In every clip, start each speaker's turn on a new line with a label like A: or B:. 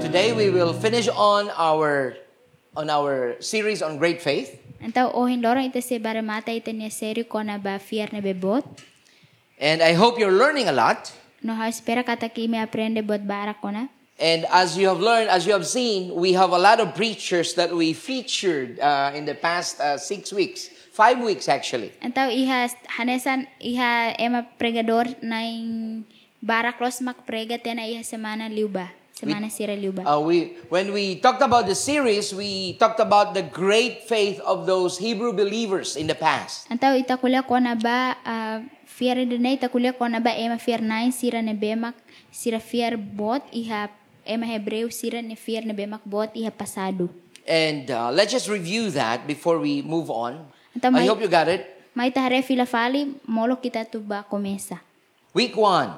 A: Today we will finish on our on our series on great faith.
B: Então, o Lorong ita se baramata ita ne sério kona ba fiar ne bebot.
A: And I hope you're learning a lot.
B: No ha espera kata ki me aprende bot bara kona.
A: And as you have learned, as you have seen, we have a lot of preachers that we featured uh, in the past uh, six weeks, five weeks actually.
B: Então, iha hanesan iha ema pregador na in bara cross mak prega tena iha semana liuba. Semana sira liuba.
A: Uh, we, when we talked about the series, we talked about the great faith of those Hebrew believers in the past.
B: Então, ita kulia kona ba ah, fiar de ne ita kulia kona ba ema fiar nine sira ne bemak sira fiar bot iha ema hebreu sira ne fiar ne bemak bot iha pasado.
A: And uh, let's just review that before we move on.
B: Ito,
A: I
B: may-
A: hope you got it.
B: Maita hare fila fali molo kita tu ba komesa.
A: Week one.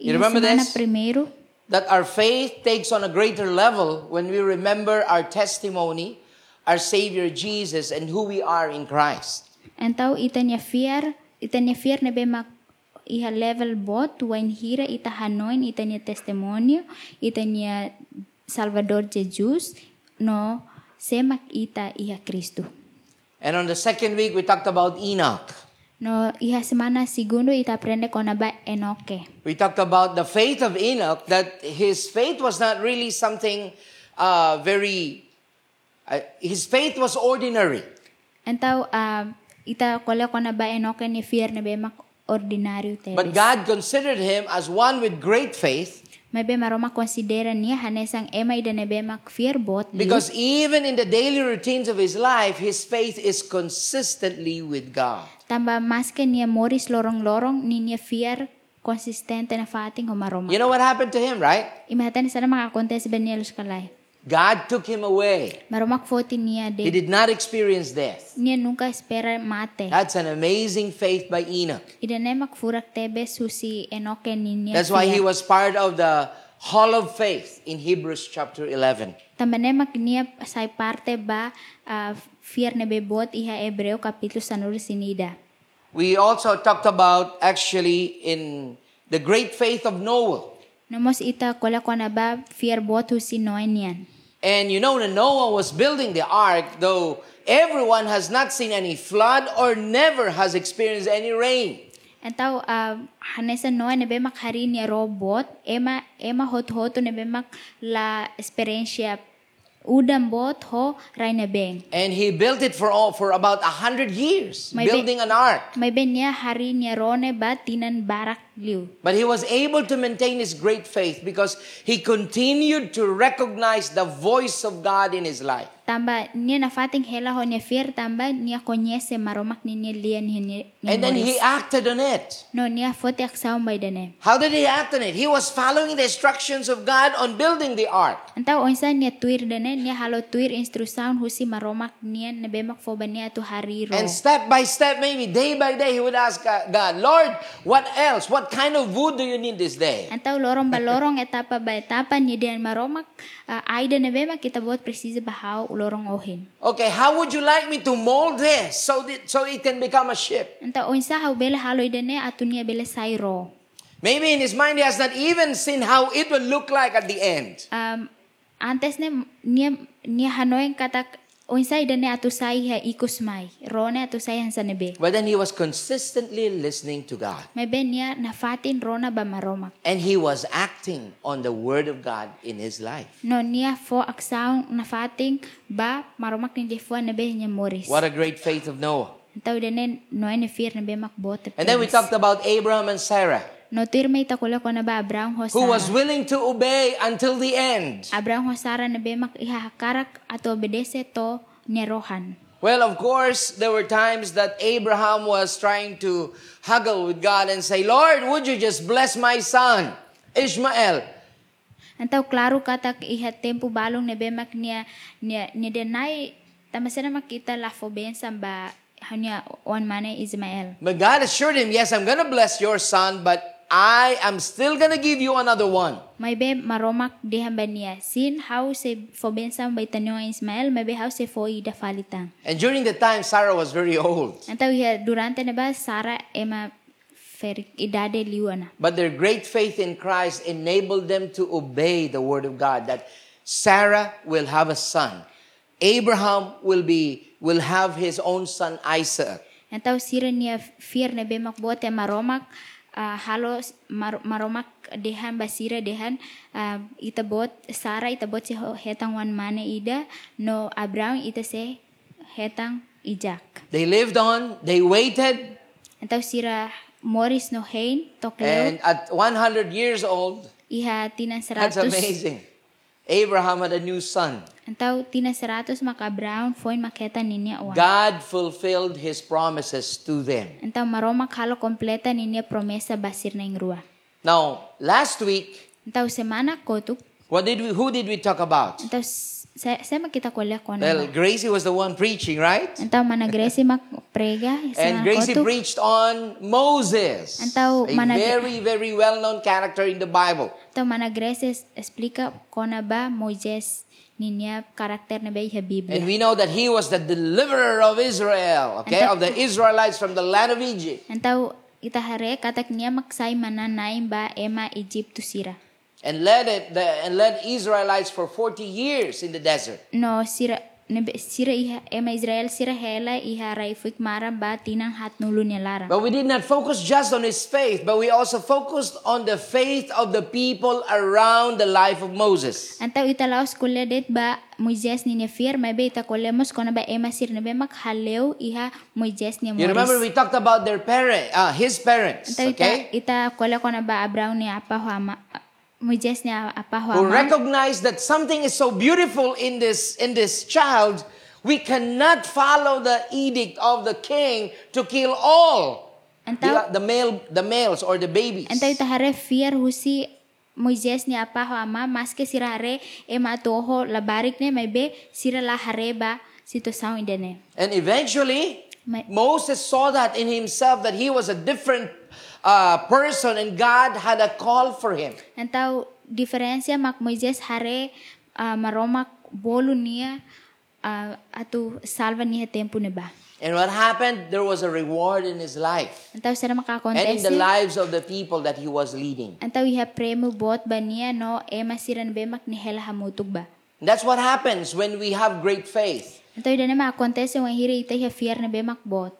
A: You
B: Iha
A: remember
B: semana
A: this?
B: primeiro
A: That our faith takes on a greater level when we remember our testimony, our Savior Jesus, and who we are in Christ.
B: Então, ita niya fear, ita niya fear na be mak iha level bot when hira ita hanoin ita niya testimonio ita niya Salvador Jesus no semak ita iha Kristo.
A: And on the second week, we talked about Enoch.
B: No iha semana segundo ita aprende kona ba Enoke.
A: We talked about the faith of Enoch, that his faith was not really something uh, very, uh, his faith was ordinary.
B: Então, ah, ita kola kona ba Enoke ni fear na be mak ordinaryo
A: But
B: tebes.
A: God considered him as one with great faith
B: May be maroma considera niya hanesang ema ida na be mak fear bot liu.
A: because even in the daily routines of his life, his faith is consistently with God.
B: Tamba maske niya Morris lorong-lorong ni niya fear konsistente na fating humaroma.
A: You know what happened to him, right?
B: Imahatan sana makakontes ba niya lus kalay.
A: God took him away.
B: Maromak 40 niya
A: He
B: de.
A: did not experience death.
B: Niya nunca espera mate.
A: That's an amazing faith by Enoch.
B: Ida na makfurak tebe susi enoke ni niya
A: That's why he
B: fear.
A: was part of the Hall of Faith in Hebrews chapter 11.
B: Tamba na mak niya say parte ba ah, fear na bebot iha Hebreo kapitlo sanur sinida.
A: We also talked about actually in the great faith of Noah.
B: Nomos ita kola kona ba fear bot husi noen niyan.
A: And you know, when Noah was building the ark, though everyone has not seen any flood or never has experienced any rain.
B: Entaw um, hanesa noa nebe makhari ni robot ema ema hot hoto nebe mak la experiencia udam bot ho rai nebeng.
A: And he built it for all, for about a hundred years,
B: Maybe-
A: building an ark.
B: May ben niya hari niya rone ba tinan barak liu.
A: But he was able to maintain his great faith because he continued to recognize the voice of God in his life.
B: Tamba niya nafating hela ho niya fear tamba niya konyese maromak ni niya lian ni niya
A: And then he
B: Morris.
A: acted on it.
B: No niya fote aksaw may dene.
A: How did he act on it? He was following the instructions of God on building the ark.
B: Entaw onsa niya tuir dene niya halo tuir instrusaon husi maromak niya nebe mak foba niya tu hari ro.
A: And step by step, maybe day by day, he would ask uh, God, Lord, what else? What kind of wood do you need this day?
B: Antaw lorong ba lorong etapa ba etapa ni dian maromak uh, aida na bema kita buat presisa ba how lorong ohin.
A: Okay, how would you like me to mold this so that so it can become a ship?
B: Antaw unsa how bela haloy dene atunia bela sairo.
A: Maybe in his mind, he has not even seen how it will look like at the end.
B: Um, antes ne niya niya hanoy kata unsa dene atu sai ha ikus mai. Rone atu sai hansa nebe.
A: But then he was consistently listening to God.
B: May ben niya nafatin rona ba maromak.
A: And he was acting on the word of God in his life.
B: No niya fo aksaw nafating ba maromak ni defo nebe niya moris.
A: What a great faith of Noah.
B: Antaw dene noy ne fear nebe makbote.
A: And then we talked about Abraham and Sarah,
B: No tirme itakula ko na ba Abraham ho
A: who
B: Sarah.
A: was willing to obey until the end.
B: Abraham ho Sarah na bemak ihahakarak at obedese to nerohan.
A: Well, of course, there were times that Abraham was trying to huggle with God and say, Lord, would you just bless my son, Ishmael?
B: Antaw klaro katak iha tempo balong na bemak niya niya niya denay tamasa na makita lafo bensa ba hanya on mane Ismael.
A: But God assured him, Yes, I'm going to bless your son, but I am still going to give you another one.
B: May be maromak dihamba niya sin how se fo bensa ba itanyo Ismael may be how se fo ida falitang.
A: And during the time, Sarah was very old.
B: Antaw iha durante na ba Sarah ema fer idade liwana.
A: But their great faith in Christ enabled them to obey the word of God that Sarah will have a son. Abraham will be will have his own son Isaac.
B: En tau sira nia fier ne bemak bote maromak ah, halo s- mar- maromak dehan basira dehan ah, ita bot Sara ita bot se ho- hetang wan mane ida no Abraham ita se hetang Ijak.
A: They lived on, they waited,
B: En tau sira Morris no hein tok leo
A: and at 100 years old,
B: iha tina
A: Eh, that's
B: seratus
A: amazing. Abraham had a new son.
B: en tau tina seratus maka Abraham foin maketa ninia wan.
A: God fulfilled his promises to them.
B: En tau maromak halo kompleta ninia promesa basir neng rua.
A: Now, last week,
B: En tau semana kotuk
A: what did we who did we talk about?
B: Então, se, sempre que tá colher com
A: Well, Gracie was the one preaching, right?
B: Então, mana Gracie mak prega
A: And Gracie
B: kotu.
A: preached on Moses,
B: Ang tao,
A: a
B: manag-
A: very, very well-known character in the Bible.
B: Então, mana Gracie es- explica kona ba Moisés ninia karakter na ba iha
A: And
B: Biblia.
A: we know that he was the deliverer of Israel, okay,
B: Ang tao-
A: of the Israelites from the land of Egypt.
B: Então, ita hare katak nia maksai mana naim ba ema Egypto sira.
A: And led it the, and led Israelites for 40 years in the desert.
B: No sira nebe sira iha ema Israel sira hela iha raifik mara ba tinang hat nulu nia lara.
A: But we did not focus just on his faith, but we also focused on the faith of the people around the life of Moses.
B: Antaw ita laos kulle det ba Moises ni Nefir, maybe ita kulemos kona ba ema sir nebe mak haleu iha Moises ni
A: You remember
B: Moris.
A: we talked about their parent, uh, his parents,
B: Antaw
A: okay?
B: ita, ita kulle kona ba Abraham ni apa huama, Moises ni apa
A: who
B: huama.
A: recognize that something is so beautiful in this in this child we cannot follow the edict of the king to kill all the,
B: Antaw,
A: the male the males or the babies
B: antaw ita hare fear husi Moises ni apa huama, maske sira hare ema toho labarik ne maybe sira la hare ba sito sao idene.
A: and eventually
B: May-
A: moses saw that in himself that he was a different uh, person and god had a call for him
B: Antaw diferensya mak Moises hare ah, maromak bolu niya ah, atu salva niya tempo ni ba.
A: and what happened there was a reward in his life
B: Antaw sara
A: and in the
B: makakontesi.
A: lives of the people that he was leading
B: Antaw iha premo bot ba niya no e ema siran be mak nihela hamutug ba.
A: that's what happens when we have great faith
B: Antaw ida na makakontesi wang hiri ita iha fear na be mak bot.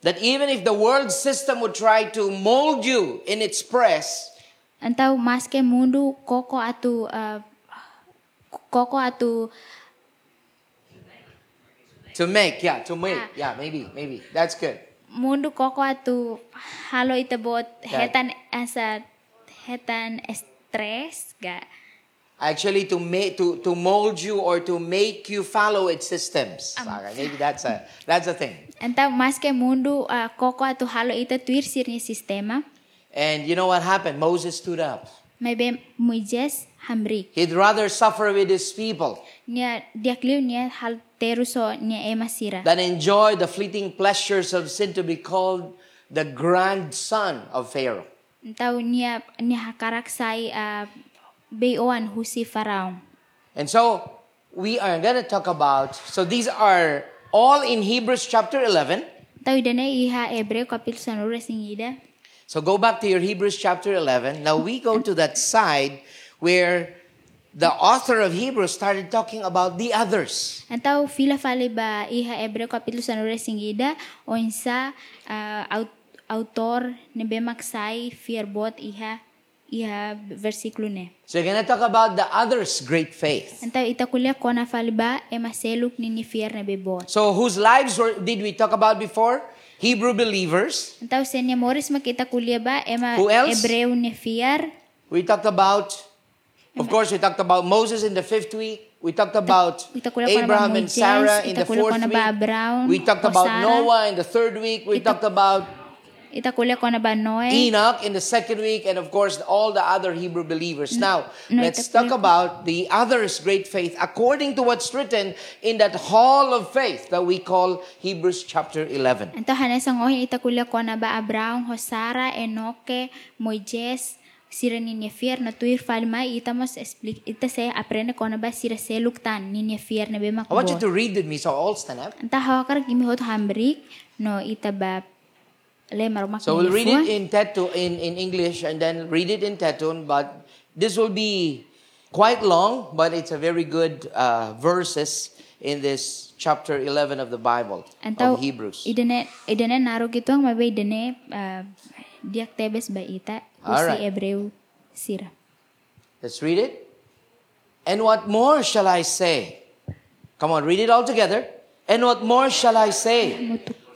A: That even if the world system would try to mold you in its press,
B: Antaw maske mundu koko atu ah, koko atu
A: to make, yeah, to make,
B: Ah.
A: yeah, maybe, maybe. That's good.
B: mundu koko atu halo ita bot
A: Yeah.
B: hetan asa hetan stres ga.
A: Actually, to make, to, to mold you or to make you follow its systems. Okay, maybe that's a, that's a thing.
B: Então, mas que mundo ah, koko atu halo ita tuir sirnya sistema,
A: And you know what happened? Moses stood up.
B: maybe Moises hamrik.
A: He'd rather suffer with his people
B: Nia dia kliu nia hal teruso nia ema sira.
A: than enjoy the fleeting pleasures of sin to be called the grandson of Pharaoh.
B: Então, nia nia hakarak sai ah, beoan husi farao.
A: And so we are going to talk about, so these are all in Hebrews chapter 11.
B: Então, idane iha hebreu kapil sanura singida.
A: So go back to your Hebrews chapter 11. Now we go to that side where the author of Hebrews started talking about the others.
B: Então, fila fale ba iha hebreu kapil sanura singida, onsa ah, aut- autor nebemak sai firbot iha iha versículo ne.
A: So you're going to talk about the others' great faith.
B: Então, itakulya ko na falba e maseluk ni ni fear na bebot.
A: So whose lives were, did we talk about before? Hebrew believers.
B: Então, se ni Morris makita kulya ba e ma
A: Who else?
B: hebreu ni fear.
A: We talked about, of course, we talked about Moses in the fifth week. We talked about
B: Itakulak ko na ba
A: Abraham and
B: Moises?
A: Sarah in the
B: Itakulak ko
A: fourth
B: na ba Abraham
A: week. We talked
B: o
A: about
B: Sarah?
A: Noah in the third week. We
B: Ita-
A: talked about
B: Itakulya ko na ba Noe.
A: Enoch in the second week, and of course, all the other Hebrew believers. Now,
B: no,
A: let's
B: itakulak
A: talk
B: ko.
A: about the others' great faith according to what's written in that hall of faith that we call Hebrews chapter 11.
B: Anto hanes ang ohin itakulya ko na ba Abraham, Hosara, Enoke, Moises, sira ni ni fear na tuir falma ita mos explik ita se aprende ko na ba sira seluk tan ni ni fear na be
A: I want you
B: makbot.
A: to read with me, so all stand up.
B: Anta hawakar gimi hot hambrik no ita ba le marumak
A: So
B: ni
A: we'll
B: ni
A: read
B: fua.
A: it in Tetu in, in English and then read it in Tetun, but this will be quite long, but it's a very good uh, verses in this chapter 11 of the Bible
B: Antau
A: of Hebrews.
B: idene idene naru gitu ang mabe idene uh, diak tebes ba ita usi
A: Alright.
B: Hebreu sira.
A: Let's read it. And what more shall I say? Come on, read it all together. And what more shall I say?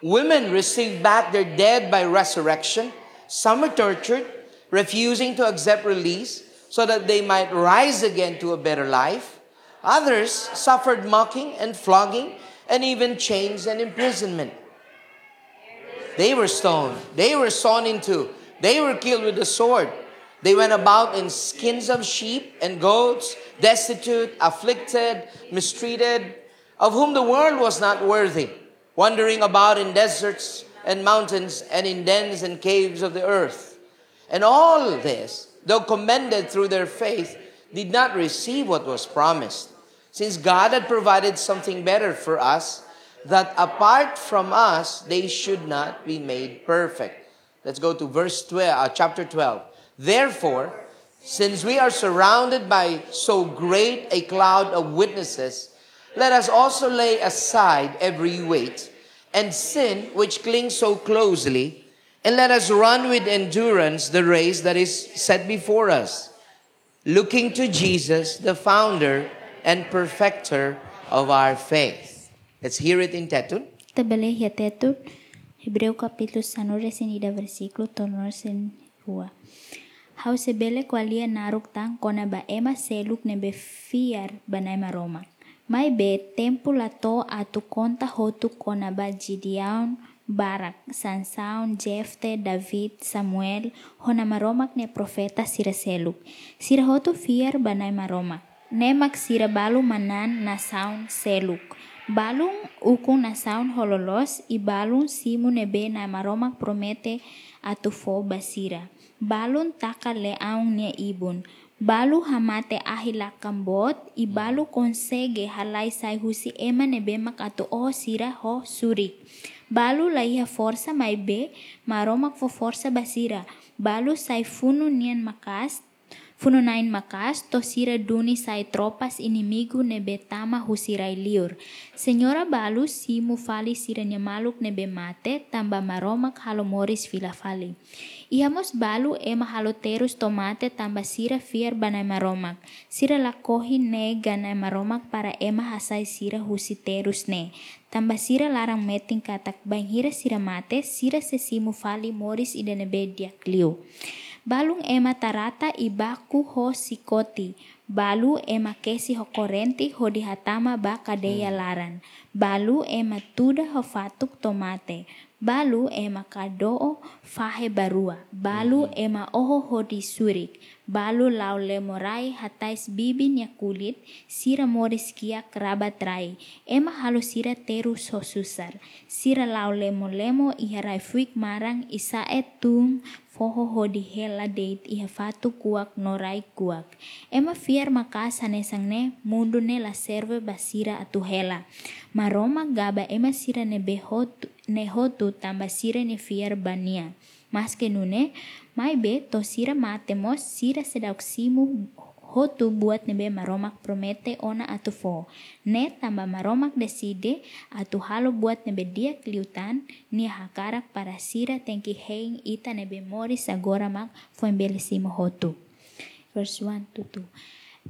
A: Women received back their dead by resurrection. Some were tortured, refusing to accept release so that they might rise again to a better life. Others suffered mocking and flogging and even chains and imprisonment. They were stoned. They were sawn in two. They were killed with the sword. They went about in skins of sheep and goats, destitute, afflicted, mistreated, of whom the world was not worthy, wandering about in deserts and mountains and in dens and caves of the earth. And all this, though commended through their faith, did not receive what was promised, since God had provided something better for us, that apart from us, they should not be made perfect. Let's go to verse 12, uh, chapter 12. Therefore, since we are surrounded by so great a cloud of witnesses, let us also lay aside every weight and sin which clings so closely, and let us run with endurance the race that is set before us, looking to Jesus, the founder and perfecter of our faith. Let's hear it in Tetun.
B: Tebele hiatetun Hebreu capítulo sanure sin ida versículo tonor sin hua. Hau sebele kualia naruk tang kona ba ema seluk nebe fiar banaima Roma. Mai be tempu lato atu konta hotu kona ba jidiaun Barak, Sansaun, Jefte, David, Samuel, hona maromak ne profeta sira seluk. Sira hotu fiar banaima Roma. Nemak sira balu manan nasaun seluk. Balun ukun nasaun hololos y balun simu nebe na maromak promete atufo basira. Balun taka leaun ne ibun. Balu hamate ahila kambot y balu konsege halai sai husi ema nebe mak atu o sira ho surik. Balu laiha forsa mai be maromak fo forsa basira. Balu sai funu nian makas Fununain makas, tosira duni sai tropas inimigo nebe tama husirai liur. Senhora balu si mufali siranya maluk nebe mate, tamba maromak halomoris filafali. Iamos balu ema haloterus tomate tamba sira fier banai maromak. Sira lakohi ne ganai maromak para ema hasai sira husiterus ne. Tamba sira larang meting katak bang hira sira mate, sira sesimu fali moris idanebe diak liu. Balung ema tarata ibaku ho sikoti. Balu ema kesi ho korenti ho dihatama ba kadeya laran. Balu ema tuda ho fatuk tomate. Balu ema kadoo fahe barua. Balu ema oho ho disurik. Balu laule morai hatais bibin ya kulit. Sira moris kia kerabat rai. Ema halu sira terus ho susar. Sira laule molemo iharai fuik marang isaet tung foho hodi hela deit iha fatu kuak norai kuak. Ema fiar makasa ne sangne mundu ne la serve basira atu hela. Maroma gaba ema sira ne behotu ne hotu tamba sira ne fiar bania. Mas que nune, mai be to sira matemos sira sedauksimu hotu buat nebe maromak promete ona atu fo. Ne tamba maromak deside atu halo buat nebe dia kliutan ni hakarak para sira tenki hein ita nebe moris agora mak fo embelesimo hotu. Verse 1 to 2.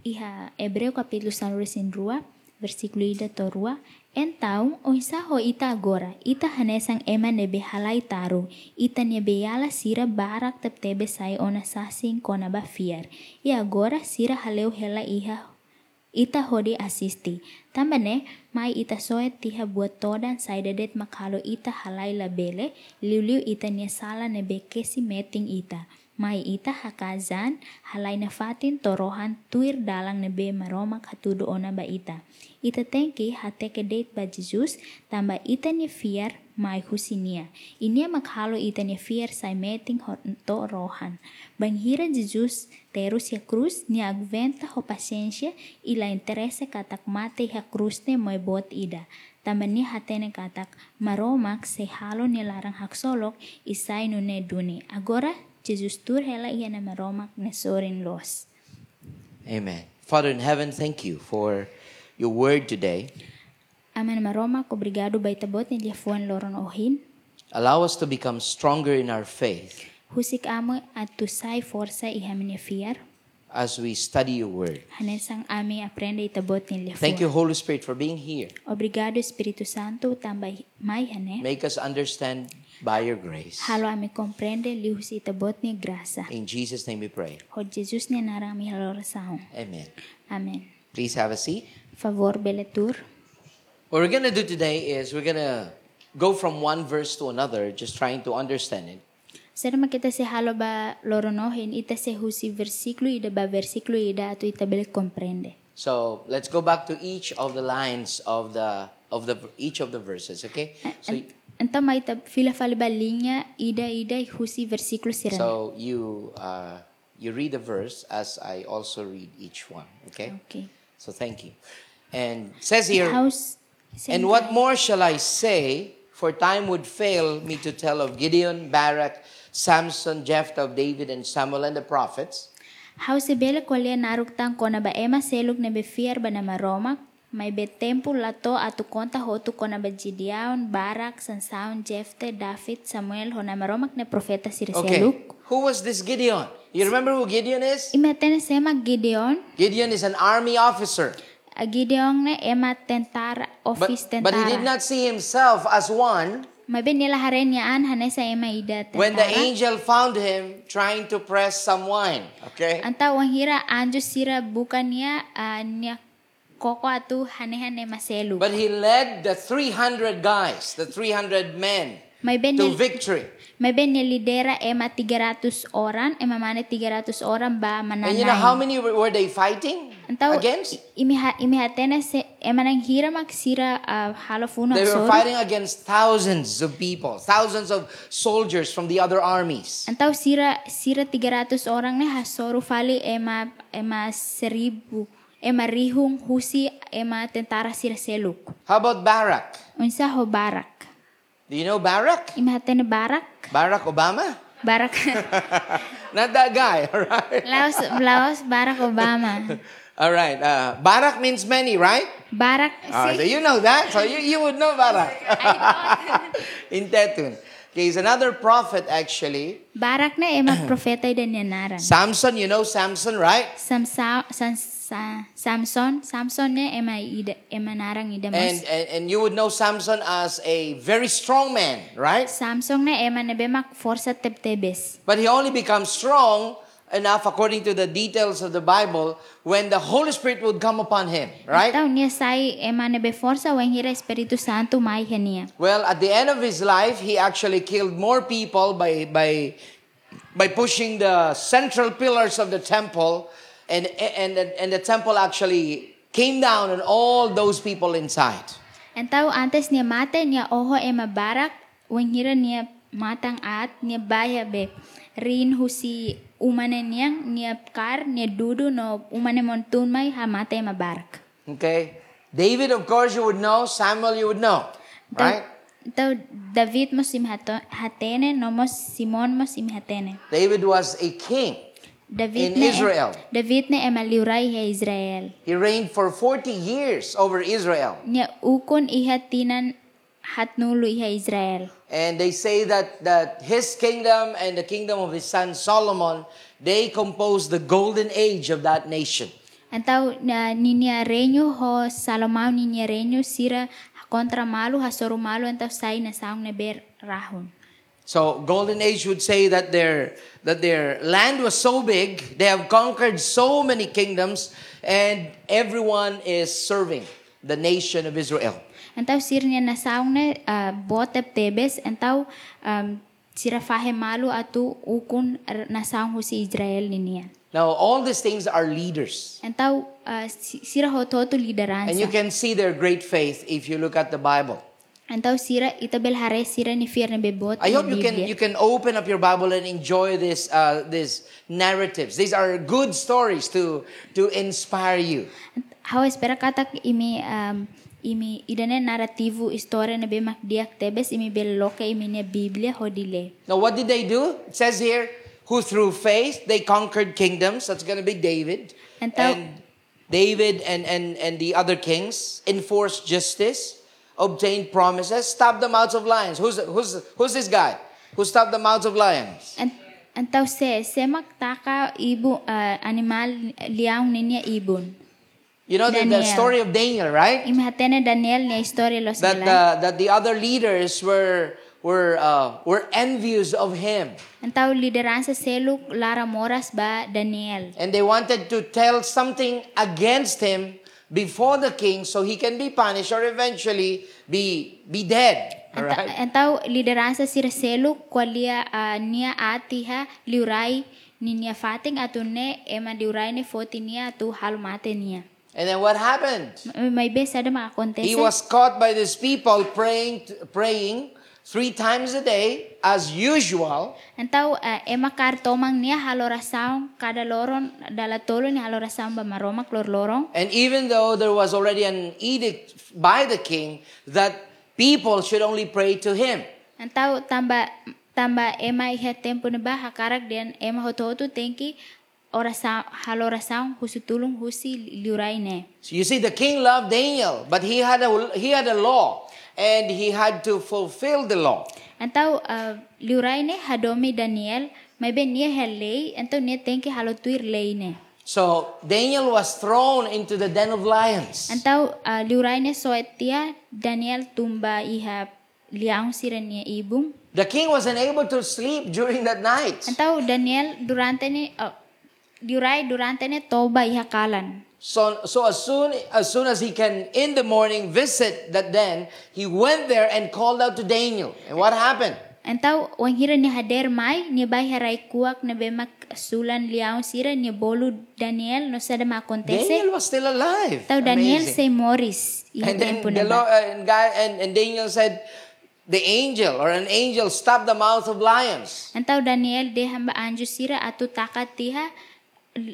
B: Iha Hebreu capítulo sanures in rua, versículo ida to rua. Então, oisa ho ita agora, ita hanesang ema nebe halai taru, ita nebe yala sira barak teptebe sai ona sasing kona ba fiar. E agora sira haleu hela iha ita hodi asisti. Tamba ne, mai ita soe tiha buat todan sai dedet makalo ita halai labele, liu-liu ita nia sala nebe kesi meting ita. Mai ita hakazan halai na fatin torohan tuir dalang nebe maromak hatudo ona ba ita. Ita tengki hateke date ba Jesus tamba ita ni fiar mai husinia. Inia makhalo ita ni fiar sai meting to rohan. Banghira Jesus terus ya krus ni agventa ho pasensya ila interese katak mate ya krus ne moi bot ida. Tamba ni hatene katak maromak se halo ni larang haksolok isai nune duni. Agora Jesus tur hela iya nama romak nesorin los.
A: Amen. Father in heaven, thank you for your word today.
B: Aman nama romak obrigado baita bot ni liafuan loron ohin.
A: Allow us to become stronger in our faith
B: Husik amo at tusay forsa iha fiar.
A: as we study your word.
B: Hanesang ami aprende itabot ni liafuan.
A: Thank you, Holy Spirit, for being here.
B: Obrigado Espiritu Santo tambah mai hane.
A: Make us understand by your grace.
B: Halo ami comprende lihus itabot ni grasa.
A: In Jesus' name we pray.
B: Ho Jesus ni narang mi halo rasaon.
A: Amen.
B: Amen.
A: Please have a seat.
B: Favor beletur.
A: What we're going to do today is we're going to go from one verse to another, just trying to understand it.
B: Sera makita se halo ba loronohin ita se husi versículo ida ba versículo ida atu ita bele comprende.
A: So let's go back to each of the lines of the of the each of the verses, okay? So,
B: Anta mai ita fila fali ba linha ida ida i husi versículo sera.
A: so you uh, you read the verse as I also read each one, okay?
B: okay.
A: So thank you. And says here,
B: House
A: and what more shall I say? For time would fail me to tell of Gideon, Barak, Samson, Jephthah, of David, and Samuel and the prophets.
B: Hau sebele kolia naruk tang kona ba ema seluk nebe fiar ba nama Roma, mai be tempu lato atu konta hotu kona ba Gideon, Barak, Sansaun, Jefte, David, Samuel, ho nama Roma ne profeta sir
A: Okay.
B: seluk.
A: Who was this Gideon? You remember who Gideon is?
B: Ima tene sema Gideon,
A: Gideon is an army officer.
B: a Gideon ne ema tentara,
A: But,
B: office
A: but he did
B: tentara.
A: not see himself as one
B: Mai be nila hareniaan hanesa ema ida
A: when the
B: tentara.
A: angel found him trying to press some wine. Okay?
B: Anta wahira anju sira bukannya uh, nia koko atu hanehane maselu.
A: But he led the 300 guys, the 300 men,
B: Mai be
A: to
B: nil-
A: victory.
B: May ben nilidera ema 300 oran, ema mana 300 oran ba
A: And you know how
B: mananay.
A: many were were they fighting
B: Antaw,
A: against?
B: imiha, imihatena se, ema nang hira maksira uh, halofuno
A: They were
B: soro.
A: fighting against thousands of people, thousands of soldiers from the other armies.
B: Antaw sira, sira 300 orang ne hasoro fali ema, ema seribu, ema rihung husi ema tentara sira seluk.
A: How about Barak?
B: Unsa ho barak.
A: Do you know Barak?
B: Imihatena barak.
A: Barack Obama?
B: Barak.
A: Not that guy, all right?
B: Laos, Laos, Barack Obama.
A: All right. Uh, Barak means many, right?
B: Barak.
A: Ah, so you know that. So you, you would know Barak. In Tetun. Okay, he's another prophet, actually.
B: Barak na ema profeta ida niya naran.
A: Samson, you know Samson, right?
B: Samsa, san, sa, Samson, Samson ne ema ida, ema narang
A: And,
B: ida mas.
A: and, and you would know Samson as a very strong man, right?
B: Samson ne ema nebe mak forsa tebtebes.
A: But he only becomes strong enough, according to the details of the Bible, when the Holy Spirit would come upon him, right?
B: Tau nia sai ema nebe forsa wen hira Espiritu Santo mai henia.
A: Well, at the end of his life, he actually killed more people by, by, by pushing the central pillars of the temple, and, and, and the temple actually came down and all those people inside.
B: En tau antes nia mate nia oho ema barak wen hira nia matang at nia baya be. Rin husi umane niang nia kar nia dudu no umane montun mai ha mate ema barak.
A: Okay? David, of course, you would know. Samuel, you would know. Right?
B: Tau David mos imhato- hatene nomos Simon mos imhatene.
A: David was a king.
B: David
A: In
B: ne
A: Israel.
B: David ne ema liurai he Israel.
A: He reigned for 40 years over Israel.
B: Nya ukun iha tinan hatnulu iha Israel.
A: And they say that, that his kingdom and the kingdom of his son Solomon, they composed the golden age of that nation.
B: Antau na ninia renyu ho Salomau ninia renyu sira kontra malu hasoru malu antau sai na saung ne ber rahun.
A: So golden age would say that their that their land was so big, they have conquered so many kingdoms, and everyone is serving the nation of Israel.
B: Antau sirnya na saung ne ah, botep tebes antau um, sira fahe malu atu ukun r- nasang husi Israel ninia.
A: Now, all these things are leaders.
B: Entau uh, si- sira hototu
A: And you
B: lideransa.
A: can see their great faith if you look at the Bible.
B: Entau sira itabel hare sira ni fier ni bebot
A: I
B: ni
A: hope you can
B: Biblia.
A: you can open up your Bible and enjoy this uh, these narratives. These are good stories to to inspire you.
B: Hau espera katak imi um, imi idane narrativu historia ne bemak diak tebes imi bel loke imi ne Biblia hodile.
A: Now, what did they do? It says here, who through faith they conquered kingdoms. That's going to be David.
B: And thou-
A: David and, and, and the other kings enforced justice, obtained promises, stopped the mouths of lions. Who's, who's, who's this guy who stopped the mouths of lions?
B: Ent- Entau se semak taka ibu uh, animal liang ninia ibun.
A: You know the, the
B: Daniel.
A: story of Daniel, right?
B: Imi hatene Daniel ni historia los
A: That uh,
B: nilai.
A: the, that the other leaders were, were, uh, were envious of him.
B: Entau lideransa seluk lara moras ba Daniel.
A: And they wanted to tell something against him before the king so he can be punished or eventually be be dead. All
B: Enta-
A: right?
B: Entau lideransa sir seluk kualia uh, nia atiha liurai ni nia fating atune ema liurai ne foti nia tu hal mate nia.
A: And then what happened?
B: M- May besa ada
A: He
B: makakontese.
A: was caught by these people praying praying three times a day as usual.
B: Entau uh, ema kartomang nia halorasaung kada loron dala tolo ni halorasaung ba maroma klor lorong.
A: And even though there was already an edict by the king that people should only pray to him.
B: Entau tambah tambah ema iha tempo ne bah hakarak dan ema hoto hoto tengki orasa halorasaung husu tulung husi liurai ne.
A: So you see, the king loved Daniel, but he had a he had a law and he had to fulfill the law.
B: Entau uh, liurai ne hadomi Daniel mebe nia helei entau nia tengki halo tuir lei ne.
A: So Daniel was thrown into the den of lions.
B: Entau uh, liurai ne soetia Daniel tumba iha liang siren nia ibung.
A: The king was unable to sleep during that night.
B: Entau Daniel durante ne uh, liurai durante ne toba iha kalan.
A: So, so as soon as soon as he can in the morning visit that den, he went there and called out to Daniel. And what happened?
B: Entau wang hira ni hader mai ni bai harai kuak na bemak sulan liao sira ni bolu Daniel no sada ma kontese.
A: Daniel was still alive.
B: Tau Daniel
A: Amazing.
B: sei Morris. Iha
A: And then
B: tempo
A: the
B: na
A: Lord, uh,
B: ba.
A: and, God, and, and Daniel said, the angel or an angel stopped the mouth of lions.
B: Entau Daniel de hamba anju sira atu takat tiha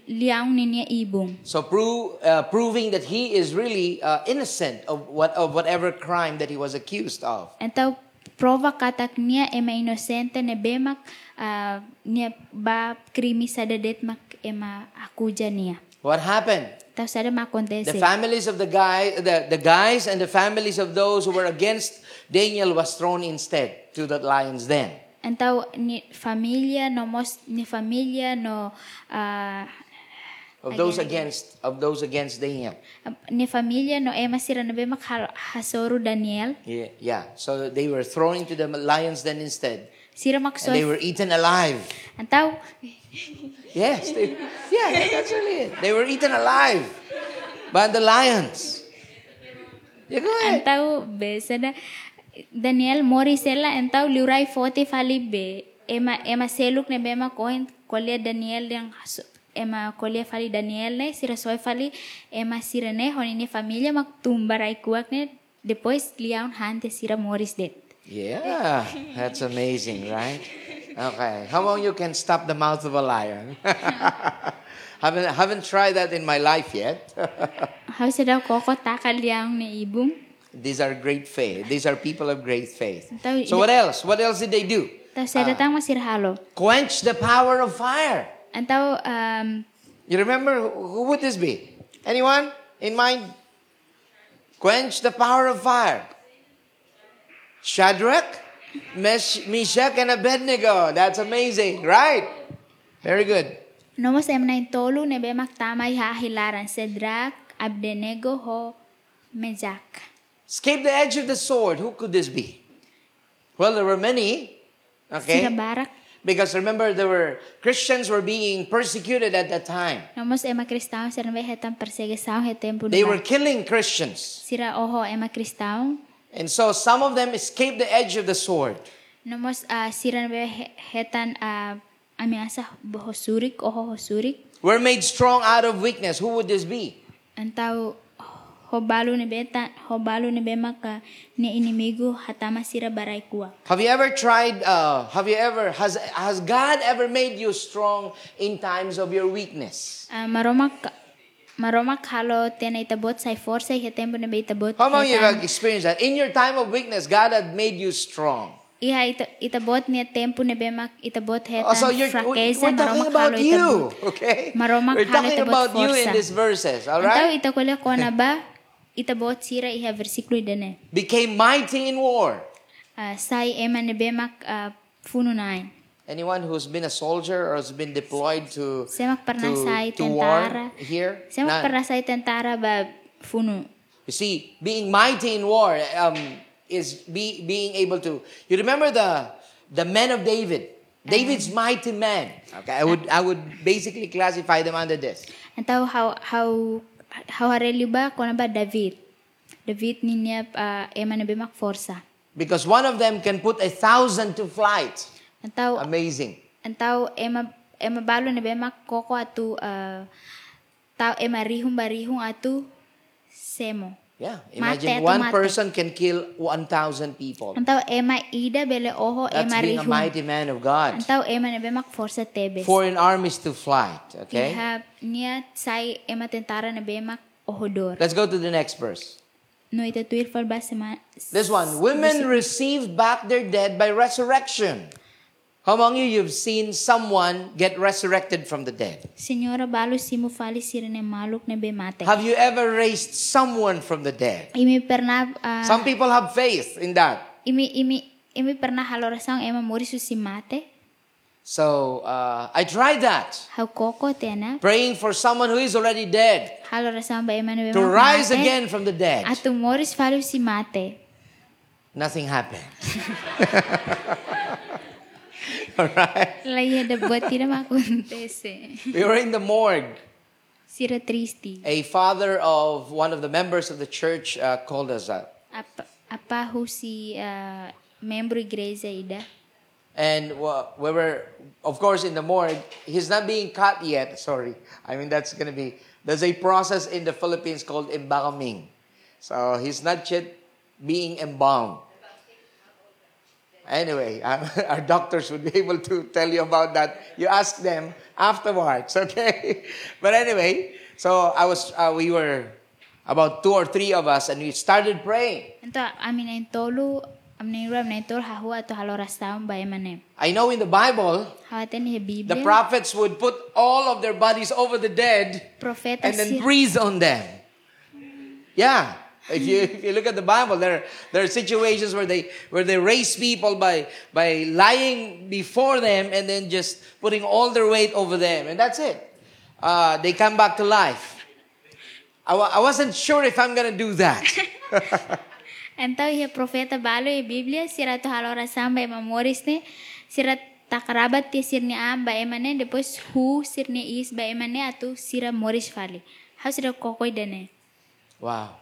B: liao ninia ibung.
A: So pro, uh, proving that he is really uh, innocent of what of whatever crime that he was accused of.
B: Entau prova katak nia ema inosente ne bemak ah, nia ba krimi sada det mak ema akuja nia.
A: What happened?
B: Tau sada ma
A: The
B: kontese.
A: families of the guy, the, the guys and the families of those who were against Daniel was thrown instead to the lion's den.
B: Então, ni família, no mos, ni família, no ah,
A: Of those against of those against Daniel.
B: ni família, no ema sira no bema kal- hasoru Daniel.
A: Yeah. Yeah. So they were thrown into the lion's den instead.
B: Sira
A: And they
B: maksoi.
A: were eaten alive.
B: Então,
A: Yes. They, yeah, that's really it. They were eaten alive by the lions. You go ahead.
B: então besada Daniel morisela então liurai foti fali be ema ema seluk ne bema koin kolia Daniel yang haso- ema kolia fali Daniel ne sira soi fali ema sira ne honi ni família mak tumbarai kuak ne depois liaun hante sira moris det.
A: Yeah, that's amazing, right? Okay, how long you can stop the mouth of a lion? haven't haven't tried that in my life yet.
B: Hau sedang koko takal yang ni ibum.
A: These are great faith. These are people of great faith.
B: Tahu-
A: So what else? What else did they do?
B: Tau saya datang masih halo.
A: Quench the power of fire.
B: Entau um,
A: You remember who who would this be? Anyone in mind? Quench the power of fire. Shadrach, Mesh- Meshach, and Abednego. That's amazing, right? Very good.
B: nomo sem na tolu ne bemak tamai ha hilaran sedrak abdenego ho mejak.
A: Escape the edge of the sword. Who could this be? Well, there were many.
B: Sira
A: Okay.
B: barak.
A: Because remember, there were Christians were being persecuted at that time.
B: Nomo ema kristau serve hetan persegesau heten pun.
A: They were killing Christians.
B: Sira oho ema kristau.
A: And so some of them escaped the edge of the sword.
B: Nomos a siran be ah, he- hetan ah, a amiasa bohosurik oho hosurik
A: We're made strong out of weakness. Who would this be?
B: antau hobalu ni beta hobalu ni be maka ni inimigo hatama sira barai kuak.
A: Have you ever tried? Uh, have you ever has has God ever made you strong in times of your weakness?
B: Ah, maromak maromak halo tena itabot sai force he tempo ne be itabot.
A: How many of you
B: hetan-
A: have experienced that? In your time of weakness, God had made you strong.
B: Iha ita, itabot niya tempo ni bemak itabot hetan
A: Oh, so you're, we-
B: frakesa
A: we're talking
B: maromak halo
A: about you,
B: itabot.
A: okay?
B: Maromak
A: We're talking
B: halo itabot
A: about you in
B: forsa.
A: these verses, all
B: Antau
A: right?
B: itakole kona ba itabot sira iha versikulo idane.
A: Became mighty in war.
B: Ah, sai ema ne bemak ah, funu nain.
A: Anyone who's been a soldier or has been deployed to
B: Semak pernah sai
A: to, to
B: tentara.
A: war here,
B: Semak
A: na-
B: pernah sai tentara ba funu.
A: You see, being mighty in war um, is be, being able to. You remember the the men of David. David's mighty men. Uh-huh. Okay, I would I would basically classify them under this.
B: Antau how how how hareli ba kona ba David. David ni niya ah, ema ne bemak forsa.
A: Because one of them can put a thousand to flight. Oh.
B: Antau
A: Amazing.
B: Antau ema ema balo na bema koko atu uh, tau ema rihung barihung atu semo.
A: Yeah.
B: Mate
A: Imagine
B: to
A: one
B: mate.
A: person can kill one thousand people.
B: Antau ema ida bele oho
A: That's
B: ema
A: being a
B: rihung.
A: mighty man of God.
B: Antau ema na bema forsa tebes.
A: Foreign armies to flight. Okay.
B: Iha nia sai ema tentara na bema ohodor.
A: Let's go to the next verse.
B: No ita tuir fal ba sema.
A: This one, women received back their dead by resurrection. How among you you've seen someone get resurrected from the dead?
B: Senyora balo simu fali sirene maluk na bemate.
A: Have you ever raised someone from the dead?
B: Imi pernah ah,
A: Some people have faith in that.
B: imi imi imi pernah halorasang ema murisu simate.
A: So uh, I tried that,
B: Hau koko tena
A: praying for someone who is already dead
B: Halo rasam ba Emmanuel
A: to rise again from the dead.
B: Atu Morris Falu si mate.
A: Nothing happened. All right.
B: Laya da iya, buat tira makuntese.
A: We were in the morgue.
B: Sira tristi.
A: A father of one of the members of the church uh, called us up.
B: Apa apa hu si ah, membro igreja ida.
A: And wha- we were, of course, in the morgue. He's not being caught yet. Sorry. I mean, that's going to be. There's a process in the Philippines called embalming. So he's not yet being embalmed. Anyway, our our doctors would be able to tell you about that. You ask them afterwards, okay? But anyway, so I was, uh, we were about two or three of us, and we started praying.
B: Ento amin na tolu amin na amin na tolu hahu ato halo rasam ba Emmanuel.
A: I know in the Bible,
B: Hawatan
A: The
B: ni ya Biblia.
A: prophets would put all of their bodies over the dead
B: Profeta
A: and then
B: si
A: breathe on them. Yeah. If you, if you look at the Bible, there, there are situations where they, where they raise people by, by lying before them and then just putting all their weight over them. And that's it. Uh, they come back to life. I, wa- I wasn't sure if I'm going to do that.
B: Ento iya profeta balo iya Biblia sira to halo rasam ba Emmanuel Morris ne sira ya takarabat ti sirni am ba Emmanuel depois hu sirni is ba Emmanuel atu sira Morris Fali. Hau sira kokoi ya. dane.
A: Wow.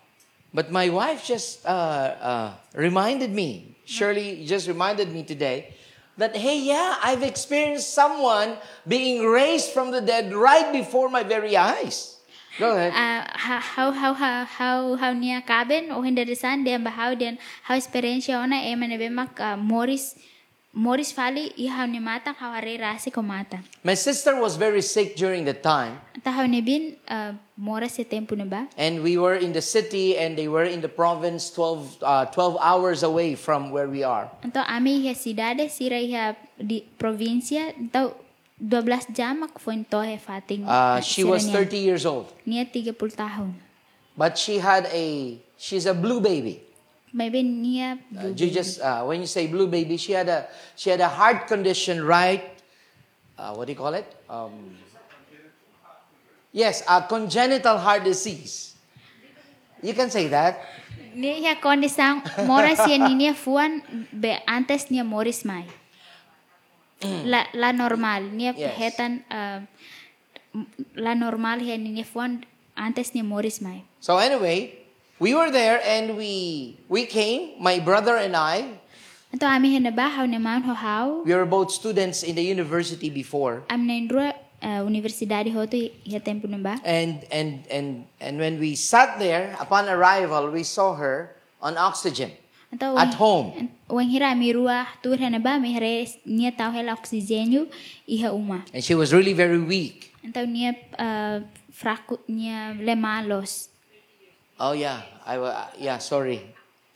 A: But my wife just uh, uh, reminded me, Shirley just reminded me today, that, hey, yeah, I've experienced someone being raised from the dead right before my very eyes. Go ahead.
B: Ah, ha- how how how how how niya kaben o hindi desan dia ba how den how experience ona e man be mak ah, Morris Morris Fali i how ni mata how are rasi ko mata.
A: My sister was very sick during the time,
B: Anta how ni bin ah, mora se tempo ne ba.
A: and we were in the city, and they were in the province 12, uh, 12 hours away from where we are.
B: Então, a minha cidade sira ia de província, então 12 jam ako foi to he fating.
A: Uh, she was 30 years old,
B: Niya 30 tahun.
A: but she had a, she's a blue baby.
B: Maybe niya
A: Uh, you just uh, when you say blue baby, she had a she had a heart condition, right? Uh, what do you call it? Um, yes, a congenital heart disease. You can say that.
B: niya ia kondisang iya mora siya ni niya fuan be antes niya moris mai. La la normal niya
A: Mm. Yes.
B: hetan ah, m- la normal he niya fuan antes niya moris mai.
A: So anyway, we were there and we we came, my brother and I,
B: Anto ami hena bahaw ne man ho hau.
A: We were both students in the university before.
B: Am na indro uh, universidade ho to ya tempo ne ba.
A: And, and, and, and when we sat there, upon arrival, we saw her on oxygen.
B: Anto
A: At home.
B: Wen hira ami rua tur hena ba mi hare nia tau hela oksigenyo iha uma.
A: And she was really very weak.
B: Anto nia uh, frakut nia lemalos.
A: Oh, yeah. I, wa- yeah, sorry.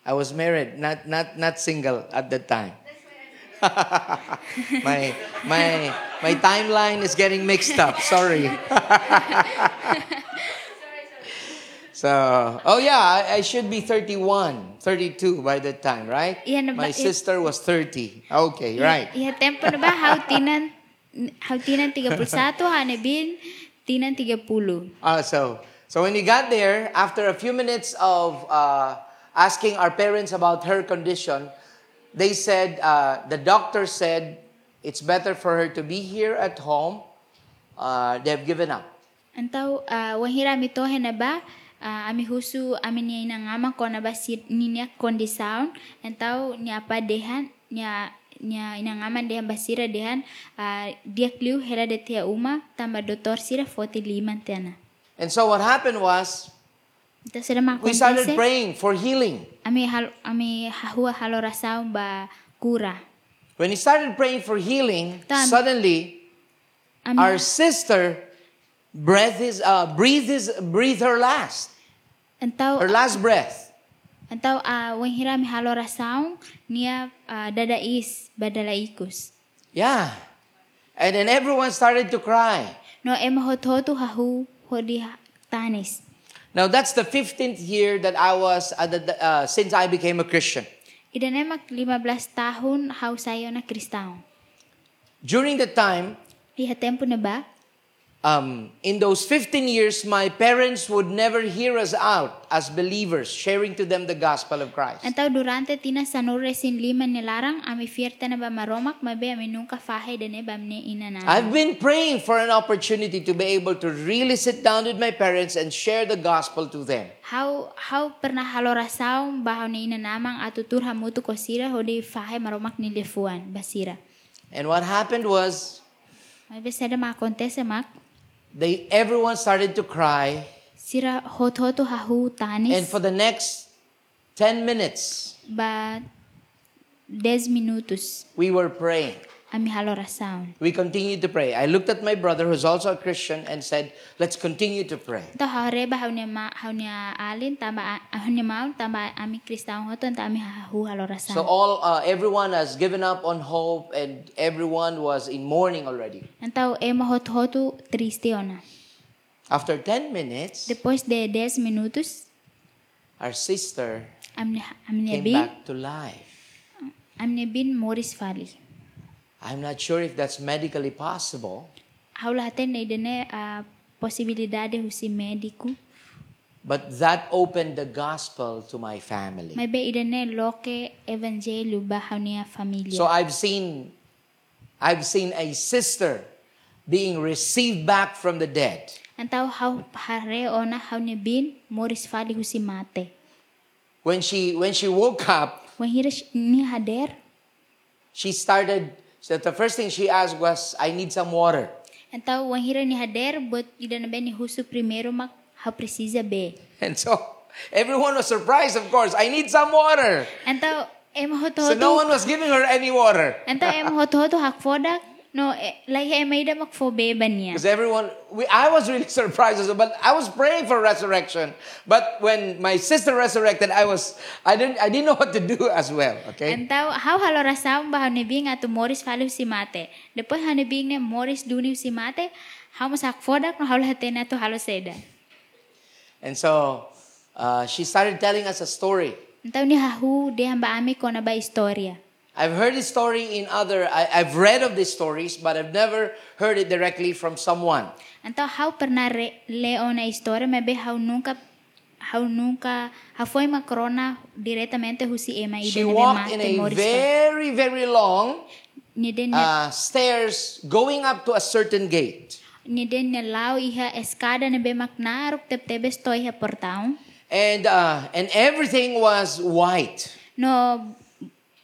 A: I was married, not, not, not single at that time. my, my, my timeline is getting mixed up. Sorry. so, oh, yeah, I, I should be 31, 32 by that time, right?
B: Yeah, no,
A: my
B: but it-
A: sister was 30. Okay, right.
B: Iha tempo ne ba hau tinan hau tinan 31 hanebin tinan 30.
A: Uh, so, so when we got there, after a few minutes of uh, asking our parents about her condition, they said, uh, the doctor said, it's better for her to be here at home. Uh, they've given up.
B: Antaw, uh, wahira ami tohe na ba? Ah, ami husu ami niya inangama ko na ba si ninya kondisaon? Antaw, niya apa dehan? Niya niya inangaman dehan basira dehan ah, dia kliu hera de tia uma tamba dotor sira 45 tena.
A: And so what happened was,
B: Ito sira
A: we started
B: makompise.
A: praying for healing.
B: Ami hal ami hahua halo rasaon ba kura.
A: When we started praying for healing,
B: Tan-
A: suddenly
B: Ami
A: our sister breathed, his, uh, breathed, his, breathed her last,
B: antaw
A: her last breath.
B: antaw uh, wahira ami halo rasaon niya ah, dadais badala ikus.
A: Yeah. And then everyone started to cry.
B: No emo hototu hahu hodi tanis.
A: Now that's the 15th year that I was uh, the, the, uh, since I became a Christian.
B: Idanemak 15 tahun hau sayo na kristaon.
A: During the time,
B: Iha tempo na ba?
A: um, in those 15 years, my parents would never hear us out as believers, sharing to them the gospel of Christ.
B: Antaw durante tina sanure sin lima nilarang ami fierta na ba maromak mabe ami nungka fahe dene ba mne ina na.
A: I've been praying for an opportunity to be able to really sit down with my parents and share the gospel to them.
B: Hau hau pernah halo rasaong bahaw na ina namang atutur hamutu kosira hodi fahe maromak ni lefuan basira.
A: And what happened was,
B: Mabe sada makontese mak
A: they everyone started to cry,
B: sira hototu hahu tanis.
A: and for the next 10 minutes,
B: ba 10 minutos
A: we were praying.
B: ami halo rasaon.
A: We continued to pray. I looked at my brother, who's also a Christian, and said, Let's continue to pray.
B: Ito haore ba haunya ma haunya alin tamba haunya maun tamba ami kristaon hoton ta ami hahu halo
A: So
B: rasaon.
A: all uh, everyone has given up on hope, and everyone was in mourning already.
B: Antau emo hot hotu triste ona.
A: After 10 minutes,
B: Depois de 10 minutos
A: our sister
B: amne amne
A: came
B: bin
A: back to life.
B: amne bin Morris Fali.
A: I'm not sure if that's medically possible,
B: Haula haten ne dene a posibilidade husi médico.
A: but that opened the gospel to my family.
B: Mai be idene loke evangelio ba haunya familia.
A: So I've seen I've seen a sister being received back from the dead.
B: Antau hau hare ona haunya bin Morris Fali husi mate.
A: When she when she woke up,
B: Wahira sh- ni hader
A: She started, so the first thing she asked was, I need some water.
B: Então, o Anhira ni hader, but idana be ni husu primeiro mak ha precisa be.
A: And so everyone was surprised, of course. I need some water.
B: Então, em
A: So no
B: hototo.
A: one was giving her any water.
B: Então, em hototo hak foda. No, eh, lai em ida mak fo be bania.
A: Because everyone, we, I was really surprised, also, but I was praying for resurrection. But when my sister resurrected, I was, I didn't, I didn't know what to do as well. Okay.
B: Então, how halo rasam ba ne bing atu Morris falu si mate. Depois ha ne bing ne Morris duni si mate. How mas hak foda no halo hatena to halo seda.
A: And so uh, she started telling us a story.
B: Então ni hahu de hamba ami kona ba historia.
A: I've heard this story in other, I, I've read of these stories, but I've never heard it directly from someone.
B: Então, how pernah re, leo na história, mas bem, how nunca, how nunca, how foi uma corona diretamente husi ema e
A: She
B: dene
A: walked in
B: bem
A: a
B: mate Morris.
A: very, very long
B: Ni dene,
A: uh, stairs going up to a certain gate.
B: ni dene lau iha escada ne bem makna rup tep tebe sto iha portão.
A: And, uh, and everything was white.
B: No,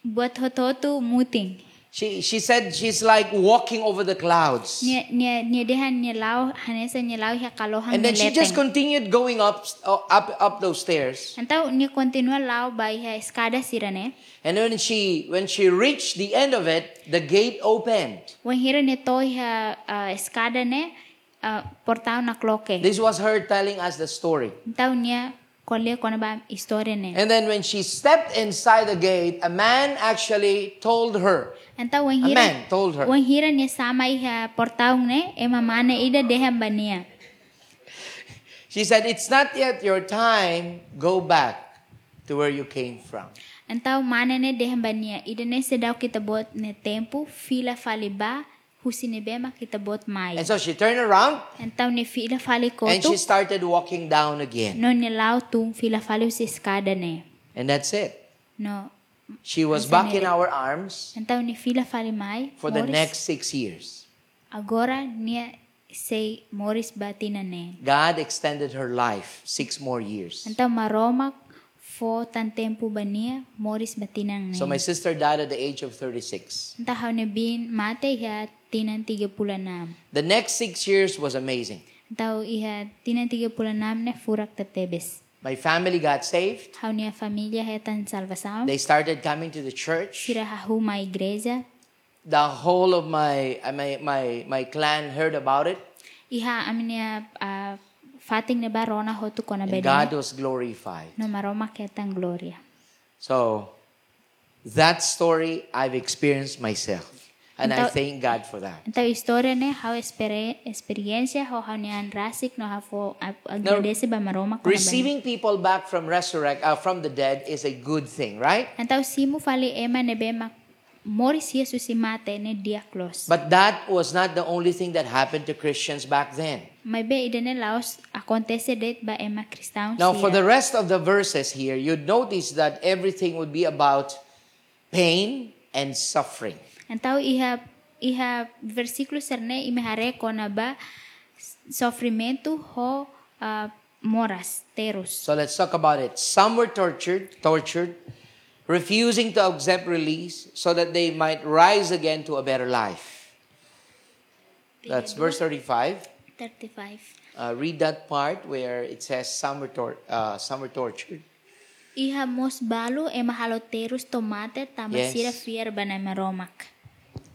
B: buat hototu muting.
A: She, she said she's like walking over the clouds.
B: Nia nia nia dehan nia lau hanesa nia lau ya kalohan
A: And then she just
B: leteng.
A: continued going up, uh, up, up those stairs.
B: Antau nia continua lau bai ha skada sirane.
A: And when she, when she reached the end of it, the gate opened.
B: Wan hira nia toi ha uh, skada ne uh, portau na kloke.
A: This was her telling us the story.
B: Antau nia kolia kona ba historia ne.
A: And then when she stepped inside the gate, a man actually told her,
B: Antau wan
A: a
B: hira
A: man told her,
B: wan hira nia sama iha portau ne ema mana ida dehan ba nia.
A: she said, It's not yet your time. Go back to where you came from.
B: Antau mana ne dehambania ida ne sedau kita bot ne tempo fila faliba husine bema kita bot mai.
A: And so she turned around
B: Antau ne fila fali
A: and she
B: kotu
A: started walking down again.
B: no ne lau tung fila fali usi skada ne.
A: And that's it.
B: No.
A: She was
B: Isn't
A: back in
B: it?
A: our arms
B: Antau ne fila fali mai.
A: for the
B: Morris.
A: next six years.
B: agora nia sei Morris batina ne.
A: God extended her life six more years.
B: Antau maromak fo tan tempo bania Morris batinang ne.
A: So my sister died at the age of 36.
B: Antau hau ne bin mate ya tinan 36.
A: The next six years was amazing.
B: Antau iha tinan 36 ne furak tetebes.
A: My family got saved.
B: Hau nia família é tan salvação.
A: They started coming to the church.
B: Tira arruma a igreja.
A: The whole of my uh, my my, my clan heard about it,
B: E ha a minha a fatin ne barona hotu kona
A: and
B: bedene.
A: God was glorified.
B: No maroma que tan glória.
A: So that story I've experienced myself, and I
B: Então-
A: thank God for that.
B: Então história né hau espere experiência ho hau nia rasik no hafo agradece ba maroma kona bedene.
A: Receiving people back from resurrect uh, from the dead is a good thing, right?
B: Então simu fale ema ne bema Moris Jesus e mate ne diaklos.
A: But that was not the only thing that happened to Christians back then.
B: Mas be idene laos acontece det ba ema cristão.
A: Now, for the rest of the verses here, you'd notice that everything would be about pain and suffering.
B: Então, iha, iha versículo serne imehare konaba sofrimento ho ah, moras, teros.
A: So let's talk about it. Some were tortured, tortured, refusing to accept release so that they might rise again to a better life. That's verse 35.
B: 35.
A: Uh, read that part where it says some were, tor- uh, some were tortured.
B: Iha mos balu emahalo teros tomate
A: Yes.
B: tamasira fier banama romak.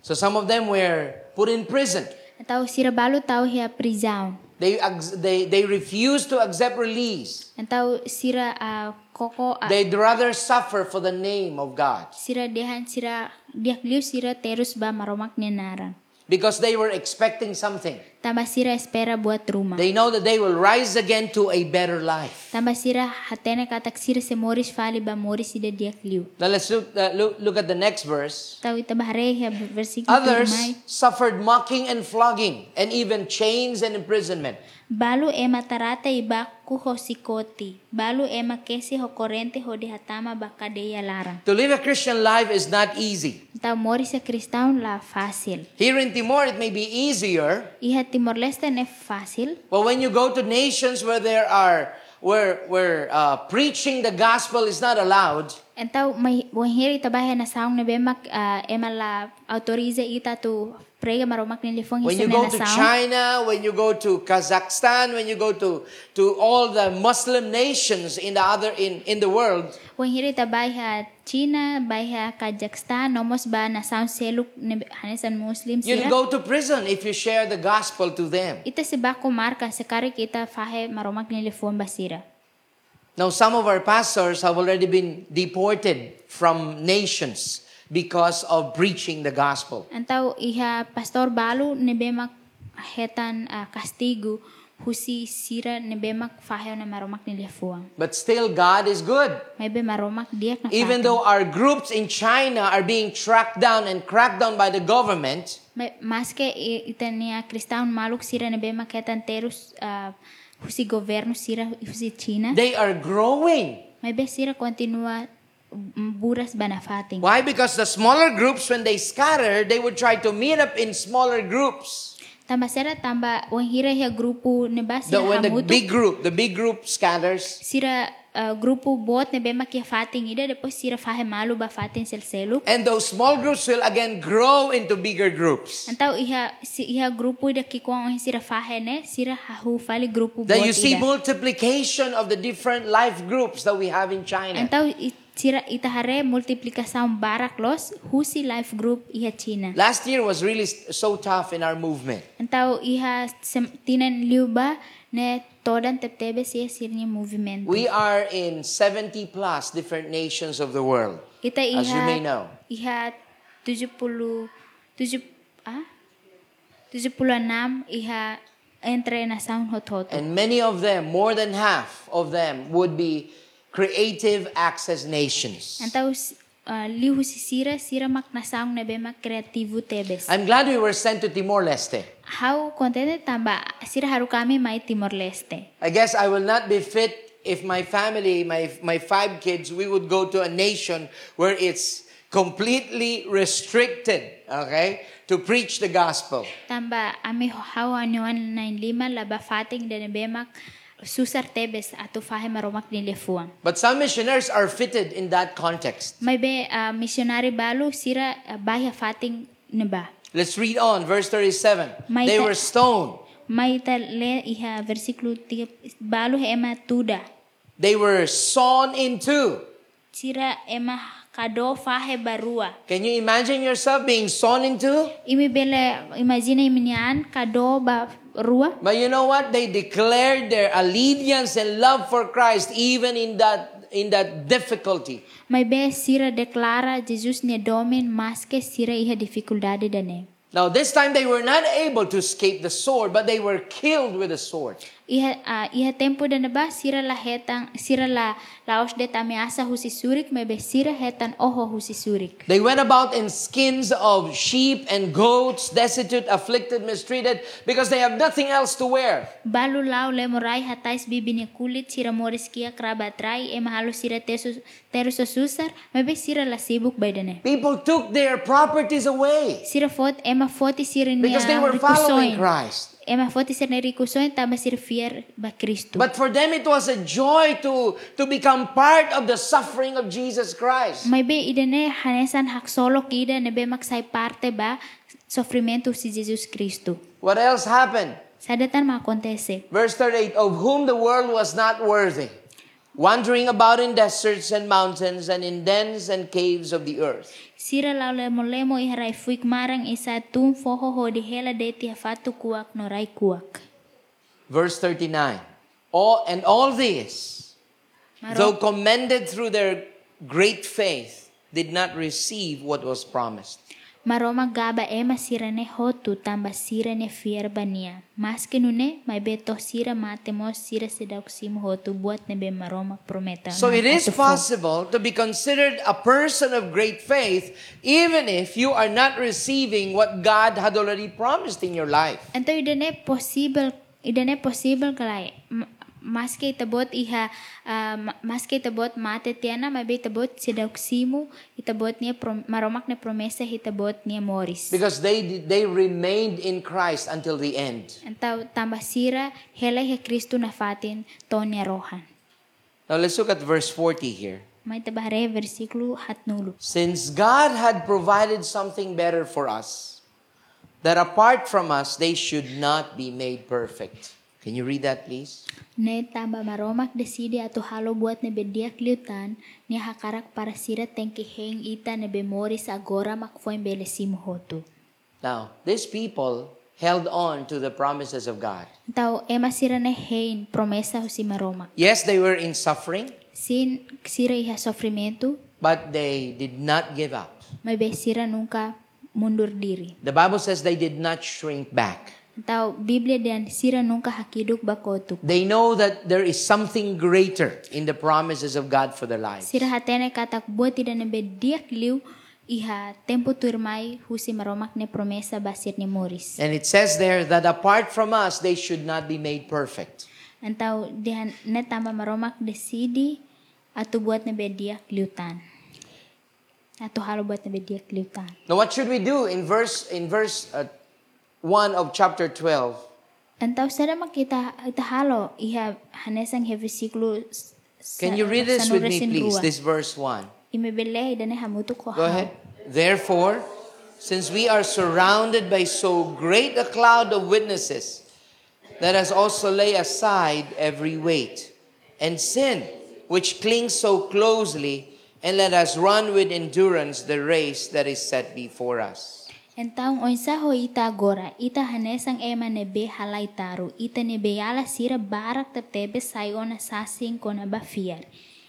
A: So some of them were put in prison.
B: Então, sira balu tau hia prisão.
A: They, ex- they, they refused to accept release.
B: Então, sira ah, koko ah,
A: They'd rather suffer for the name of God
B: sira dehan sira diakliu sira terus ba maromak nenara.
A: because they were expecting something.
B: Tambah sira espera buat rumah.
A: They know that they will rise again to a better life.
B: Tamba sira hatene katak sira se moris fali ba moris ida diak liu.
A: Now let's look, uh, look, look at the next verse.
B: Tau ita bahare ya versículo
A: Others
B: mai.
A: suffered mocking and flogging, and even chains and imprisonment.
B: Balu ema tarata iba ku ho sikoti. Balu ema kesi ho korente ho di hatama ba kadeya larang.
A: To live a Christian life is not easy.
B: Tau moris ya kristaun la fasil.
A: Here in Timor, it may be easier,
B: Iha Timor Leste ne fasil.
A: but when you go to nations where there are where where uh, preaching the gospel is not allowed,
B: Entau mai wahiri tabahe na saung ne bemak ah, ema la autorize ita tu prega maromak ne lifong
A: when you
B: hisene
A: go
B: na
A: to
B: saung.
A: China, when you go to Kazakhstan, when you go to to all the Muslim nations in the other in in the world,
B: Wahiri ta baiha China, baiha Kazakhstan, nomos ba na sound seluk ne hanesan Muslim
A: you'll
B: sira.
A: go to prison if you share the gospel to them.
B: Ita si bako marka sekari kita fahe maromak ne lefon basira.
A: Now, some of our pastors have already been deported from nations because of preaching the gospel.
B: Antau iha pastor balu ne bemak hetan ah, kastigu husi sira ne bemak fahe na maromak ne lefuang.
A: But still, God is good.
B: May be maromak diak na
A: Even
B: fahe.
A: though our groups in China are being tracked down and cracked down by the government,
B: May- maske i- ita niya kristaun maluk sira ne bemak hetan terus ah, husi governo sira husi China.
A: they are growing.
B: May besira continua mm, buras banafating.
A: Why? Because the smaller groups, when they scatter, they would try to meet up in smaller groups.
B: Tamba sira tamba wanghira ya grupo ne ba
A: The,
B: sira
A: when the
B: hamutu,
A: big group, the big group scatters,
B: sira ah, grupo bot ne bema que fatem ida depois sira fahe malu ba fatem selselu
A: And those small groups will again grow into bigger groups.
B: Então, ia, si, ia grupo ida que com a sira fahe né sira hahu fale grupo bot
A: Then you see
B: ida.
A: multiplication of the different life groups that we have in China.
B: Então, i- sira itahare multiplicação barak los husi life group ia China.
A: Last year was really s- so tough in our movement.
B: Então, ia sem, tinan liuba né todan teptebe sia sirnya movimento.
A: We are in 70 plus different nations of the world.
B: Kita iha
A: As you may know.
B: iha 70 70 ah 76 iha entre nasaun hototo.
A: And many of them, more than half of them, would be creative access nations.
B: Então s- ah, lihu si sira sira mak nasaun nebe mak kreativu tebes.
A: I'm glad we were sent to Timor Leste.
B: How contente tamba sira haru kami mai Timor Leste.
A: I guess I will not be fit if my family, my, my five kids, we would go to a nation where it's completely restricted, okay, to preach the gospel.
B: Tamba ami ho- hau anyoan nain lima laba fating dan nebe mak susar tebes atau fahe maromak nilefuang.
A: But some missionaries are fitted in that context.
B: Mai be ah, missionary balu sira ah, bahia fating neba.
A: Let's read on, verse 37.
B: My
A: they
B: te-
A: were stoned.
B: Maita le iha versículo tiga balu ema tuda.
A: They were sawn in two.
B: Sira ema kado fahe barua.
A: Can you imagine yourself being sawn in two?
B: Imi bele imagine iminian kado ba rua.
A: But you know what? They declared their allegiance and love for Christ even in that in that difficulty.
B: Mai be sira declara Jesus ne domen maske sira iha dificuldade dane.
A: Now this time they were not able to escape the sword, but they were killed with a sword.
B: Iha ah, iha tempo dane ba sira la hetang sira la laos de tame asa husi surik mai be sira hetan oho husi surik.
A: They went about in skins of sheep and goats, destitute, afflicted, mistreated, because they have nothing else to wear.
B: Balu lau le morai hatais bibini kulit sira moris kia kerabat rai ema halus sira tesus terus susar mebe sira la sibuk baidane.
A: People took their properties away
B: Sira fot ema foti sira ni
A: because they were following Christ.
B: Ema foti sira ni rikusoin tamba sira fier ba Kristu.
A: But for them, it was a joy to, to become part of the suffering of Jesus Christ.
B: Mebe idene hanesan hak solo kida nebe maksai parte ba sofrimento si Jesus Kristu.
A: What else happened?
B: Sadatan ma acontece.
A: Verse 38 Of whom the world was not worthy, wandering about in deserts and mountains and in dens and caves of the earth.
B: Sira lau lemo lemo iharai fuik marang isa tum foho ho dihela de tia fatu kuak norai kuak.
A: Verse 39 All and all these,
B: Maro-
A: though commended through their great faith, did not receive what was promised.
B: Maroma gaba ema sirane hotu tamba sirane fierbania. Mas que nune, mai beto sira matemos sira sedauksim hotu buat nebe maroma prometa.
A: So it is possible to be considered a person of great faith even if you are not receiving what God had already promised in your life.
B: Ento idene possible, idene possible kalai. M- Mas que itabot iha, ah, ma- mas que itabot mate tiana, mai be itabot sedauksimu, itabot nia prom, maromak ne promesa itabot nia moris.
A: Because they they remained in Christ until the end.
B: Ento tamba sira hele he Kristu nafatin tonia rohan.
A: Now let's look at verse 40 here.
B: Mai tabahare versículo hatnulu.
A: Since God had provided something better for us, that apart from us they should not be made perfect. Can you read that please?
B: Ne tamba maromak deside atau halo buat nebe diak liutan, ne hakarak para sira tengki heng ita nebe moris agora mak foin belesim hotu.
A: Now, these people held on to the promises of God.
B: Tau ema sira ne hein promesa husi maromak.
A: Yes, they were in suffering,
B: Sin sira iha sofrimento,
A: but they did not give up.
B: mebe sira nunca mundur diri.
A: The Bible says they did not shrink back.
B: Tau Biblia dan sira nunca hakiduk bakotu.
A: They know that there is something greater in the promises of God for their lives.
B: Sira hatene katak buat tidak nebe diak liu iha tempo turmai husi maromak ne promesa basir ne moris.
A: And it says there that apart from us, they should not be made perfect.
B: Antau dihan na tamba maromak desidi atau buat na bedia kliutan. Atau halo buat na bedia kliutan.
A: Now, what should we do in verse in verse uh, one of chapter twelve?
B: Antau sada makita kita halo iha hanesang he versículo
A: Can you read this with me,
B: Sanurasin
A: please?
B: rua.
A: This verse 1.
B: Imebelehi dan hamutu ko
A: Go ahead. Therefore, since we are surrounded by so great a cloud of witnesses, let us also lay aside every weight and sin which clings so closely, and let us run with endurance the race that is set before us.
B: Entaung onsa ho ita agora, ita hanesang ema nebe halai taru, ita nebe yala sira barak tetebe saiona sasing kona bafiar.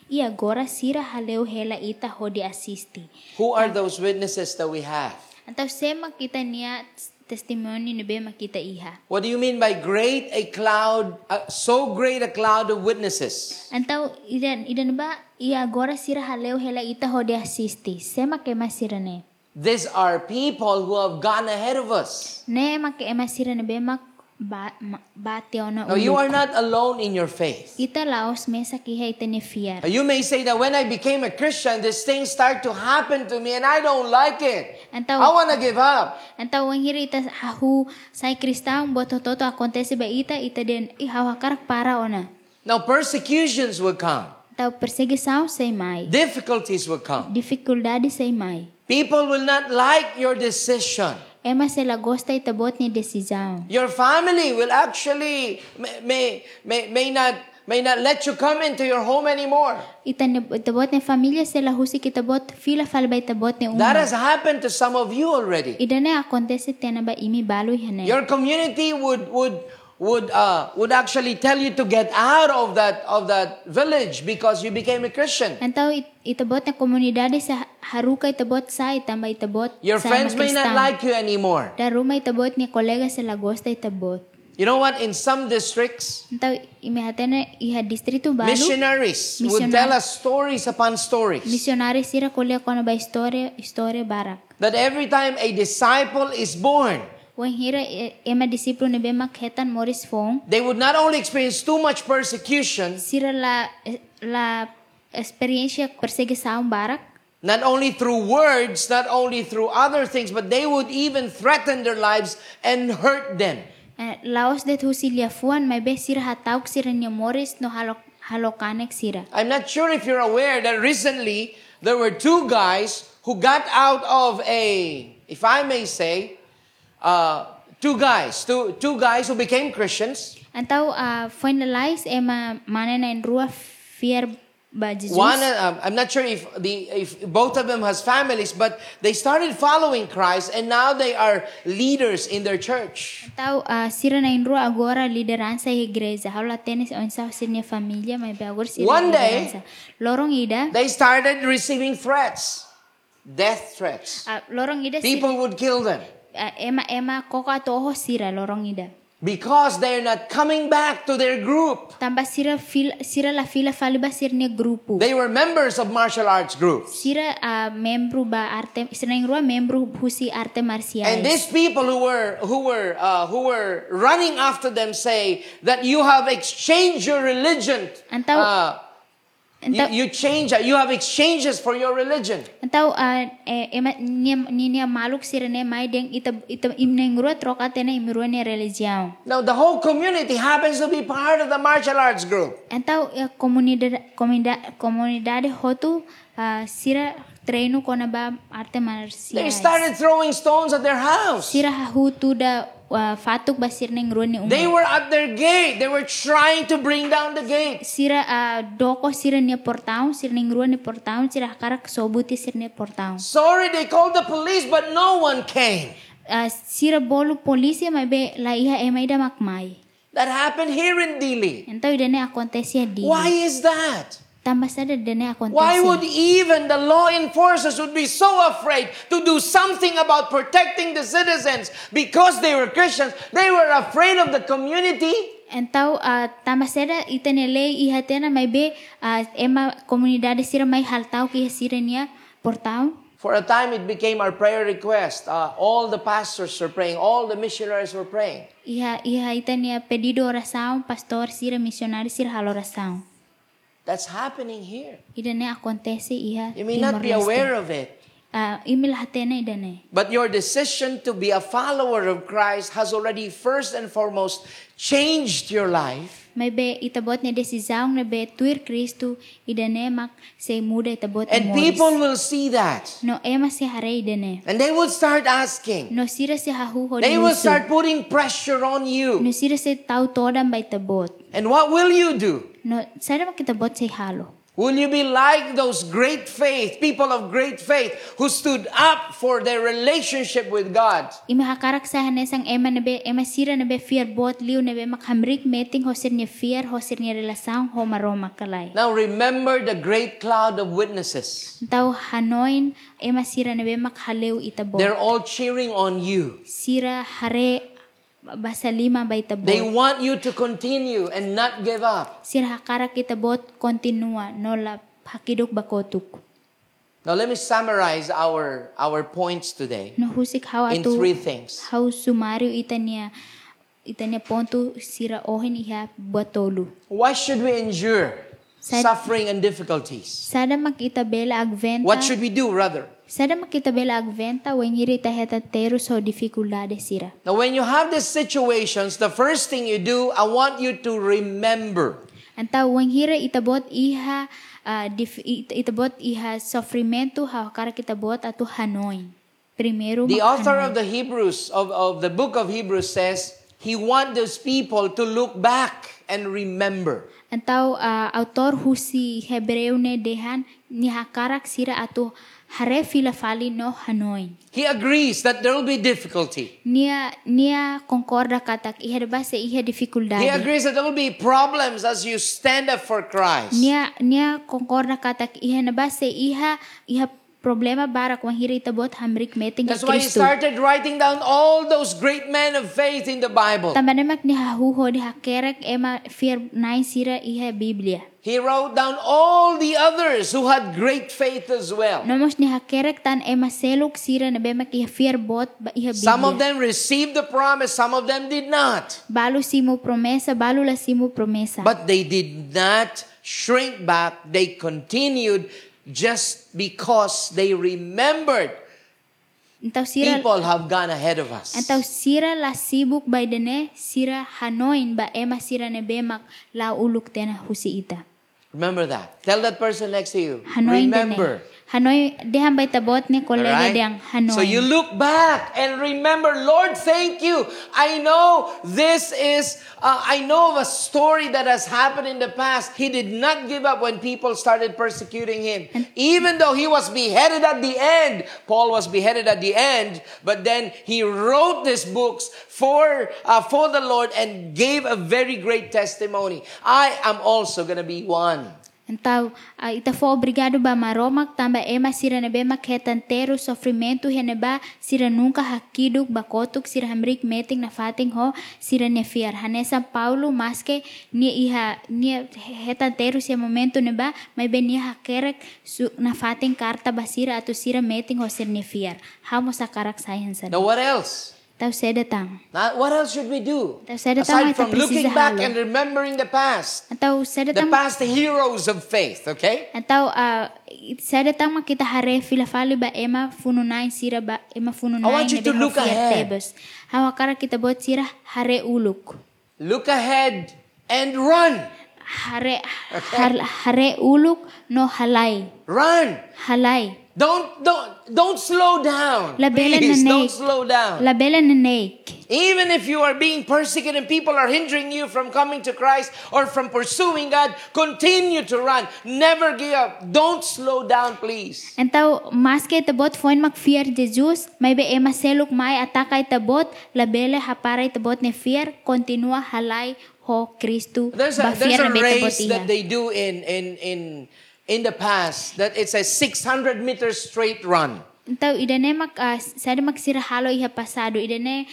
B: E agora sira haleu hela ita ho de assisti.
A: Who are those witnesses that we have?
B: Antau sema kita nia testimoni nebe makita iha.
A: What do you mean by great a cloud, uh, so great a cloud of witnesses?
B: Antau idan idan ba e agora sira haleu hela ita ho de assisti. Sema ke masira ne.
A: These are people who have gone ahead of us.
B: Ne make ema sira nebe mak ba ma, bate ona
A: Now, you are not alone in your faith.
B: Ita laos mesa kiha ita ne fiar.
A: You may say that when I became a Christian, these things start to happen to me and I don't like it.
B: Então-
A: I want to give up.
B: Então, ang hiri ita hahu sai kristang buat toto akontesi ba ita ita den i hawa karak para ona.
A: Now, persecutions will come,
B: Então, perseguição sei mai.
A: difficulties will come.
B: Dificuldade sei mai.
A: People will not like your decision.
B: Ema se la gosta ita bot ni decisão.
A: Your family will actually may, may, may, may, not, may not let you come into your home anymore.
B: Ita ne ita bot ne família se la husi kita bot fila falba ita bot ne
A: That
B: uma.
A: has happened to some of you already.
B: Ida ne akontesi tena ba imi balu hene.
A: Your community would, would, would, uh, would actually tell you to get out of that, of that village because you became a Christian.
B: Então it- ita bot ne comunidade se ha- haruka ita bot sai tamba ita bot
A: Your
B: sai
A: friends
B: ma
A: may not
B: kristang.
A: like you anymore.
B: Da rumah ita bot ni kolega se la gosta ita bot.
A: You know what? In some districts,
B: Então, imihatena iha distrito baru
A: missionaries would
B: Missionar-
A: tell us stories upon stories
B: missionari sira kuliah kono ba historia historia barak.
A: that every time a disciple is born,
B: Wen hira e- ema disiplo ne bema ketan Morris Fong
A: they would not only experience too much persecution,
B: sira la la experiencia perseguição barak.
A: not only through words, not only through other things, but they would even threaten their lives and hurt them.
B: Eh, Laos det husilia fuan mai be sira hatauk sira nia Morris no halok halokanek sira.
A: I'm not sure if you're aware that recently there were two guys who got out of a, if I may say, uh, two guys, two, two guys who became Christians.
B: Antau uh, finalize ema manena en rua fier ba Jesus.
A: One, um, I'm not sure if the if both of them has families, but they started following Christ and now they are leaders in their church.
B: Então, a ah, Sira na Indro agora a liderança e igreja. Aula tênis onde a minha família, mas agora Sira
A: One day-
B: liderança. Lorong ida,
A: They started receiving threats, death threats.
B: ah, lorong ida Sira,
A: People would kill them
B: ah, ema ema koko toho Sira lorong ida.
A: because they're not coming back to their group.
B: Tamba Sira fil Sira la fila faliba Sira ne grupo.
A: They were members of martial arts groups.
B: Sira a membro ba arte Sira na Indro membro husi arte
A: And
B: marciais.
A: these people who were who were uh, who were running after them say that you have exchanged your religion.
B: Antaw-
A: uh,
B: Então,
A: you, you change you have exchanges for your religion.
B: Então, ah, eh, ema nia nia maluk Sira ne mai deng ita ita imna Indro troca tena imrua ne religião.
A: Now the whole community happens to be part of the martial arts group.
B: Então, a comunidade, comunidade, comunidade Hotu ah, Sira treino com a arte
A: They
B: marcial.
A: started throwing stones at their house.
B: Sira Hotu da ah, Fatuk Basir Neng Runi Umar.
A: They were at their gate. They were trying to bring down the gate.
B: Sira ah, Doko Sira Nia Portão, Sira Neng Runi Portão, Sira Karak Sobuti Sira Nia Portão.
A: Sorry, they called the police, but no one came.
B: Ah, Sira Bolu Polícia, mas be la iha emaida makmai.
A: That happened here in Dili.
B: Então, idane acontece a dia.
A: Why is that?
B: Tambah sada dane acontece.
A: Why would even the law enforcers would be so afraid to do something about protecting the citizens because they were Christians? They were afraid of the community.
B: Então, uh, tamasera itenelei ihatena mai be ah, ema comunidade sira mai haltau ki sira nia portau.
A: For a time, it became our prayer request. Uh, all the pastors were praying. All the missionaries were praying.
B: Iha iha itania pedido oração, pastor sira missionário sira hal oração.
A: That's happening here.
B: Ida ne acontece iha
A: You may not be aware of it,
B: ah, i milhatena idane
A: But your decision to be a follower of Christ has already first and foremost changed your life.
B: Maybe itabot niya desisaong na be tuir Kristo idane mak se muda itabot
A: And people will see that.
B: no ema si haray idane
A: And they will start asking.
B: no sira si hahuho
A: They will
B: dinuso.
A: start putting pressure on you.
B: no sira si tau todam ba itabot
A: And what will you do?
B: no sara mak itabot si halo
A: Will you be like those great faith, people of great faith, who stood up for their relationship with God?
B: Ima hakarak sa hanesang ema na be ema sira na be fear bot liu na be mak hamrik meting hosir niya fear hosir niya relasang ho maroma kalay
A: Now remember the great cloud of witnesses.
B: tau hanoin ema sira na be mak haleu itabot
A: They're all cheering on you.
B: sira hare basalima ba itabot
A: They want you to continue and not give up.
B: sirhakara kita bot continua nolap hakidok bakotuk.
A: Now let me summarize our our points today
B: No husik how
A: in
B: atu
A: three things.
B: how sumario itania itania pontu sira ohen iha batolu.
A: Why should we endure
B: Sad-
A: suffering and difficulties?
B: Sada makita bela agventa.
A: What should we do rather?
B: Sada makita bela agventa wengiri taheta teru so dificuldade sira.
A: Now when you have these situations, the first thing you do, I want you to remember
B: Anta wenghira itabot iha ah, dif, it- itabot iha sofrimento hakara kita bot atu hanoin. Primero
A: The
B: mak
A: author
B: hanoin.
A: of the Hebrews, of, of the book of Hebrews says, he wants those people to look back and remember.
B: Antau ah, autor husi Hebreu ne dehan ni hakarak sira atu hare fila fali no hanoi.
A: He agrees that there will be difficulty.
B: Nia nia concorda katak iha de base iha
A: He
B: difficultad.
A: agrees that there will be problems as you stand up for Christ.
B: Nia nia concorda katak iha na base iha iha problema barak wang hiri tabot hamrik meting
A: That's
B: Kristo.
A: why he started writing down all those great men of faith in the Bible.
B: Tamanemak ni hahuho di hakerek ema fear nai sira iha Biblia.
A: He wrote down all the others who had great faith as well.
B: Nomos ni hakerek tan ema seluk sira na bemak iha fear bot ba iha Biblia.
A: Some of them received the promise, some of them did not.
B: Balo simo promesa, balo la simo promesa.
A: But they did not shrink back. They continued just because they remembered
B: Antaw sira
A: people have gone ahead of us.
B: antaw sira la sibuk by dene sira hanoin ba ema sira ne bemak la uluk tena husi ita.
A: Remember that. Tell that person next to you.
B: Hanoin
A: remember.
B: dene. Hanoi dehan bay tabot ne kolega
A: Alright?
B: deng hanoin.
A: So you look back and remember, Lord, thank you. I know this is, uh, I know of a story that has happened in the past. He did not give up when people started persecuting him. Even though he was beheaded at the end, Paul was beheaded at the end, but then he wrote these books for, uh, for the Lord and gave a very great testimony. I am also going to be one.
B: Então, ah, ita foi obrigado ba maromak tamba ema sira nebe maquetantero sofrimento e heneba sira nunca hakiduk bakotuk sira hamrik meting na fating ho sira nefiar hanesa Paulo maske ni iha ni hetantero sia momento neba mai ben ni hakerek su na fating karta basira atu sira meting ho sira nefiar hamo sakarak sayan sana
A: Now what else?
B: tau sedatang
A: Now, what else should we do?
B: Tapos sa datang
A: Aside
B: ay
A: from
B: tapos
A: looking
B: sa
A: back
B: halo.
A: and remembering the past, the
B: atau sedatang
A: past heroes of faith, okay?
B: Atau uh, saya datang makita hare fila fali ba ema fununain sira ba ema
A: I
B: fununain
A: want you
B: nebe
A: to look
B: hafia
A: ahead.
B: tebes. Hawa kara kita buat sira hare uluk.
A: Look ahead and run.
B: Hare har- hare uluk no halai.
A: Run.
B: Halai.
A: Don't don't don't slow down.
B: Labelan
A: Please,
B: na
A: don't
B: naik.
A: slow down.
B: Labela nenek.
A: Even if you are being persecuted and people are hindering you from coming to Christ or from pursuing God, continue to run. Never give up. Don't slow down, please.
B: Entau mas kita buat foin mak fear Jesus, may be ema seluk mai atakai tabot labele haparai tabot ne fear continua halai ho Kristu
A: There's a, there's a
B: na be tabot
A: race
B: iya.
A: that they do in, in, in, in the past that it's a 600 meter straight run.
B: Então, idane mak uh, sada mak sira halo iha pasado idane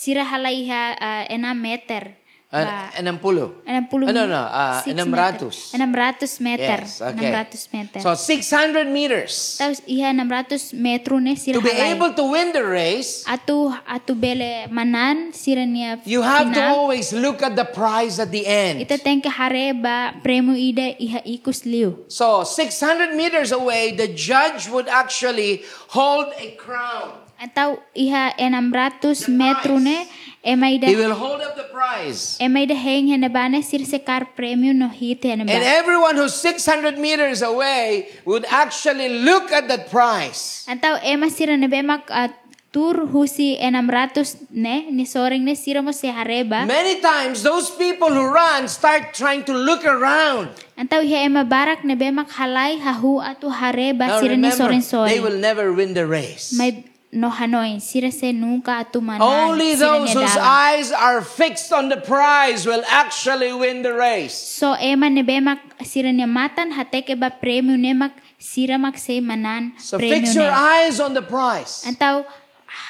B: sira hala iha uh, ena ah, meter Ba-
A: An- 60.
B: 60
A: Ano, ano, ah,
B: six
A: 600.
B: meter. 600 meter.
A: Yes, okay.
B: 600 meter.
A: So 600 meters.
B: Tapos iha 600 metro ne sila
A: To be
B: halay.
A: able to win the race,
B: Atu atu bele manan sila niya
A: you have to
B: final.
A: always look at the prize at the end.
B: Ita tengke hare ba premu ida iha ikus liu.
A: So 600 meters away, the judge would actually hold a crown.
B: Atau iha 600 metro ne ema ida
A: He will hold up the prize.
B: ema ida heng hena bane sir sekar premu no hit hena
A: And
B: ba.
A: everyone who's 600 meters away would actually look at that prize.
B: Atau ema sira ne bemak ah, tur husi 600 ne ni soring ne sira mo se hare ba.
A: Many times, those people who run start trying to look around.
B: Antaw hiya ema barak na bemak halay hahu ato hare ba
A: Now
B: sira ni
A: remember,
B: soren
A: they
B: soren.
A: will never win the race.
B: May no hanoy sira se nunca ato manan
A: Only
B: sira ni
A: those whose
B: dawa.
A: eyes are fixed on the prize will actually win the race.
B: So ema ne bemak sira ni matan hatek eba premyo ne mak sira mak se manan
A: So
B: premyo
A: fix your
B: ne.
A: eyes on the prize.
B: Antaw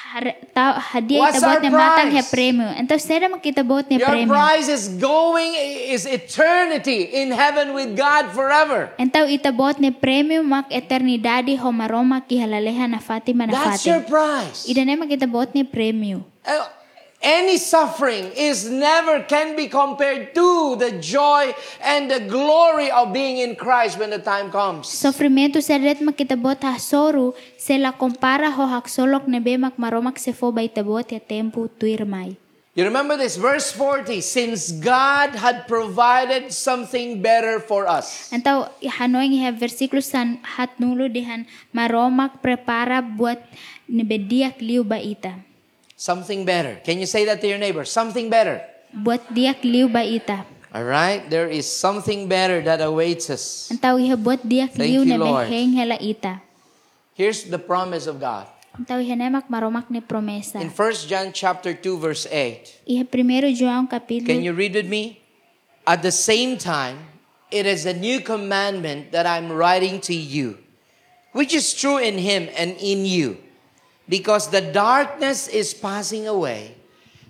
B: har- ta- hadiah
A: What's
B: kita bot
A: our
B: ne matang he
A: prize?
B: premyo. Antaw sira makita bot ne
A: Your
B: premyo.
A: prize is going is eternity in heaven with God forever.
B: Antaw itabot ne premyo mak eternidade homaroma ki halaleha na Fatima na
A: That's your
B: Fatima.
A: prize.
B: Ida ne makita bot ne premyo.
A: Uh, Any suffering is never can be compared to the joy and the glory of being in Christ when the time comes.
B: Sofrimento seret makitabot ha soru se la compara ho haksolok nebe mak maromak se fo baitabot ya tempo tuirmai.
A: You remember this verse 40 since God had provided something better for us.
B: Antau hanoing ya ha versículo san hat nulu dehan maromak prepara buat nebe diak liu baita.
A: Something better. Can you say that to your neighbor? Something better.
B: Buat diak liu baita.
A: All right? There is something better that awaits us.
B: Antau iha buat ya diak
A: Thank
B: liu
A: you,
B: nebe
A: Lord.
B: heng hela ita.
A: Here's the promise of God.
B: Antau iha nemak maromak ne promesa.
A: In 1 John chapter 2 verse 8.
B: Iha primero João
A: Can
B: capítulo
A: you read with me? At the same time, it is a new commandment that I'm writing to you, which is true in him and in you, because the darkness is passing away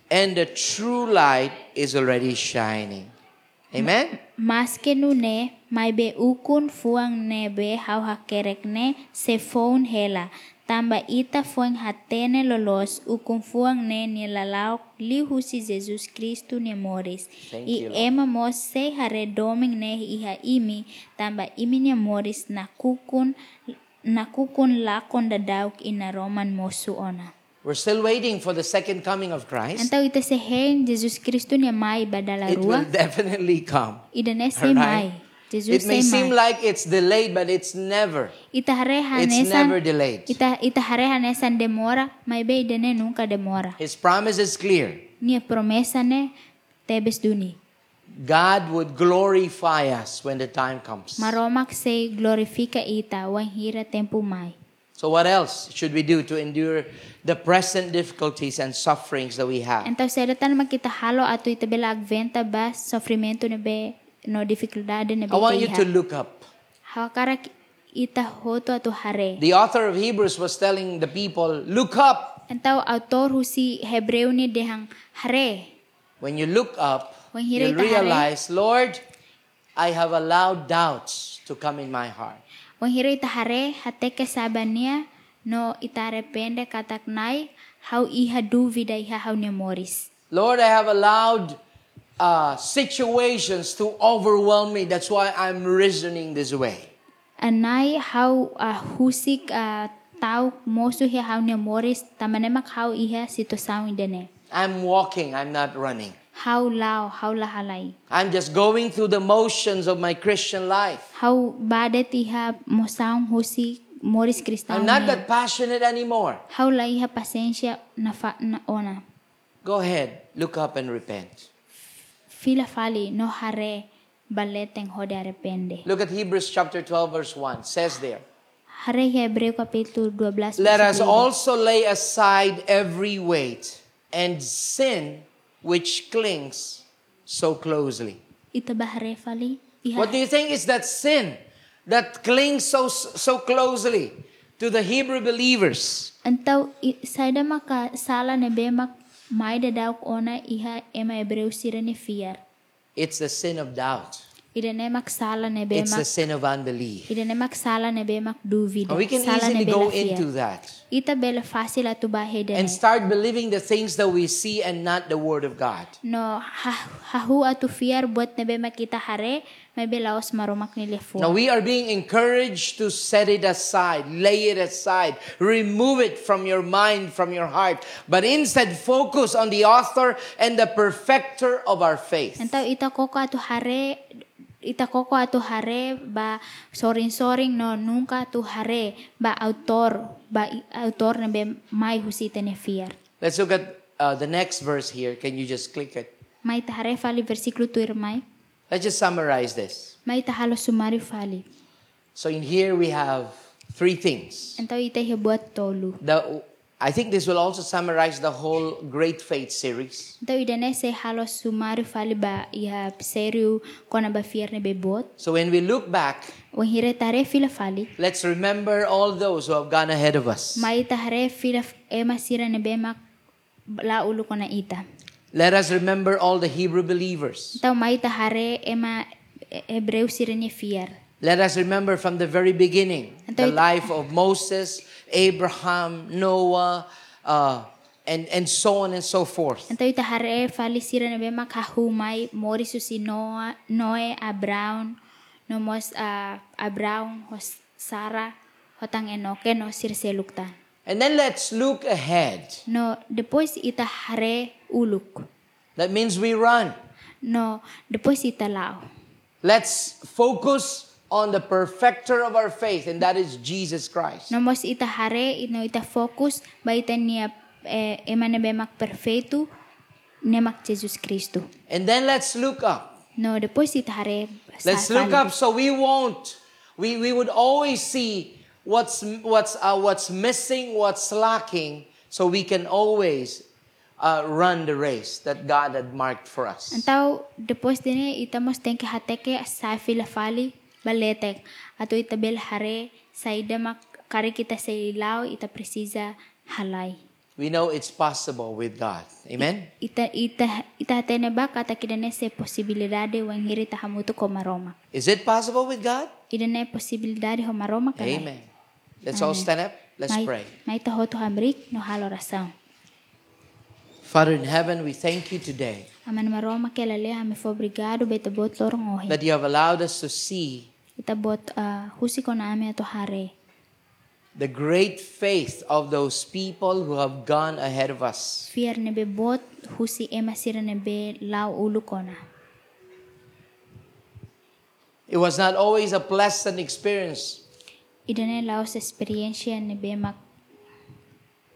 A: and the true light is already shining. Amen.
B: Mas que nune, mai be ukun fuang ne be hau hakerek ne se foun hela. Tamba ita fuang hatene lolos ukun fuang ne ni lalaok lihusi Jesus Kristu ne mores.
A: Thank
B: I
A: you, Lord.
B: ema mos se hare doming ne iha imi, tamba imi ne mores na kukun na kukun lakon dadauk ina Roman mosu ona.
A: We're still waiting for the second coming of Christ.
B: Antau ita sehen Jesus Kristu ne mai badala
A: It will
B: rua,
A: definitely come.
B: ida ne se
A: Alright.
B: mai. Jesus
A: It may
B: se mai.
A: seem like it's delayed, but it's never.
B: Itahare
A: It's never
B: hanesan
A: delayed.
B: ita itahare hanesan demora, maybe dene nunca demora.
A: His promise is clear.
B: Nia promesa ne tebes duni.
A: God would glorify us when the time comes.
B: Maromak se glorifica ita wan hira tempo mai.
A: So, what else should we do to endure the present difficulties and sufferings that we have?
B: Então seratan makita halo atu ita bela agventa ba sofrimento ne be no dificuldade ne be.
A: I want you to
B: iha.
A: look up.
B: Hawakara ki- ita hoto atu hare.
A: The author of Hebrews was telling the people, Look up.
B: Então autor husi Hebreu ne dehang hare.
A: When you look up,
B: When he
A: you
B: read the Hare-
A: realize, Lord, I have allowed doubts to come in my heart.
B: Wang hiro itahare hateke sabania no itarepende kataknai hau iha duvida iha hau nemoris.
A: Lord, I have allowed uh, situations to overwhelm me. That's why I'm reasoning this way.
B: Anai hau ah, husik ah, tau mosu hi hau nemoris tamanemak hau iha situsaung dene.
A: I'm walking, I'm not running.
B: Hau lao hau lahalai.
A: I'm just going through the motions of my Christian life.
B: Hau badet iha mosaung husi moris kristaung.
A: I'm not that passionate anymore.
B: Hau la iha pasensia na, fa, na ona.
A: Go ahead, look up and repent.
B: Fila fali no hare baleteng hode arepende.
A: Look at Hebrews chapter 12, verse 1. Says there,
B: Hari Hebreo kapitulo 12.
A: Let us
B: versículo
A: also lay aside every weight and sin which clings so closely.
B: Ito ba hari fali? Iha-
A: What do you think is that sin that clings so, so closely to the Hebrew believers?
B: Antaw, i- sada maka sala na be mak Mai dadauk ona iha ema Hebreu sira ne fiar.
A: It's the sin of doubt.
B: Ida nemak sala ne
A: It's the
B: bemak
A: sin of unbelief.
B: ida nemak sala ne bemak duvida.
A: And we can
B: sala
A: easily
B: ne
A: go
B: bela fiar.
A: into that
B: Ita bela fasil atu baheda.
A: and start believing the things that we see and not the Word of God.
B: No ha- hahu atu fiar buat ne bemak kita hare me bela os maromak ne lefu.
A: Now we are being encouraged to set it aside, lay it aside, remove it from your mind, from your heart, but instead focus on the author and the perfecter of our faith.
B: Entau ita koko atu hare ita koko atu hare ba soring-soring no nungka atu hare ba autor ba i- autor ne be mai husita ne fiar.
A: Let's look at uh, the next verse here. Can you just click it?
B: Mai ta hare fali versículo tuir mai.
A: Let's just summarize this.
B: Mai ta halo sumari fali.
A: So in here we have three things.
B: Entau ita he buat tolu.
A: The, I think this will also summarize the whole Great Faith series.
B: Entau ida ne se halo sumari fali ba iha seriu kona ba fiar ne be bot.
A: So when we look back,
B: Wen hire ta hare fila fali.
A: let's remember all those who have gone ahead of us.
B: Mai ta hare fila f- ema sira ne be mak la ulu kona ita.
A: Let us remember all the Hebrew believers.
B: Tau mai tahare ema Hebreu sirene fiar.
A: Let us remember from the very beginning
B: And
A: the
B: they-
A: life of Moses, Abraham, Noah, uh, and, and so on and so forth.
B: Antau tahare e fali sirene bema kahu mai mori susi Noa, Noe Abraun, nomos a Abraun hos Sara hotang enoke no sir selukta.
A: And then let's look ahead.
B: No depois ita hare uluk.
A: That means we run.
B: No depois ita lao.
A: Let's focus on the perfecter of our faith, and that is Jesus Christ.
B: Nomos ita hare ino ita fokus baita nia eh, emane bemak perfeitu nemak Jesus Kristu.
A: And then let's look up.
B: No, depois si tare
A: Let's look up so we won't. We, we would always see what's, what's, uh, what's missing, what's lacking, so we can always uh, run the race that God had marked for us.
B: Antau depois dine itamos tenke hateke sa fila fali baletek ato itabel hare saida mak kare kita seilaw ita precisa halai.
A: We know it's possible with God. Amen?
B: Ita ita ita hatene ba kata kidane se posibilidade wangiri tahamutu komaroma.
A: Is it possible with God?
B: Idane posibilidade homaroma kana.
A: Amen. Let's all stand up. Let's
B: Mai,
A: pray.
B: mai taho tu hamrik no halo rasam.
A: Father in heaven, we thank you today
B: Aman maroma kelale hame fo obrigado beta bot lorong ohi.
A: that you have allowed us to see
B: Ita bot ah, husi ko na ame ato hare.
A: the great faith of those people who have gone ahead of us.
B: Fear nebe bot husi ema sira nebe lau ulu kona.
A: It was not always a pleasant experience.
B: Idane laos experience nebe mak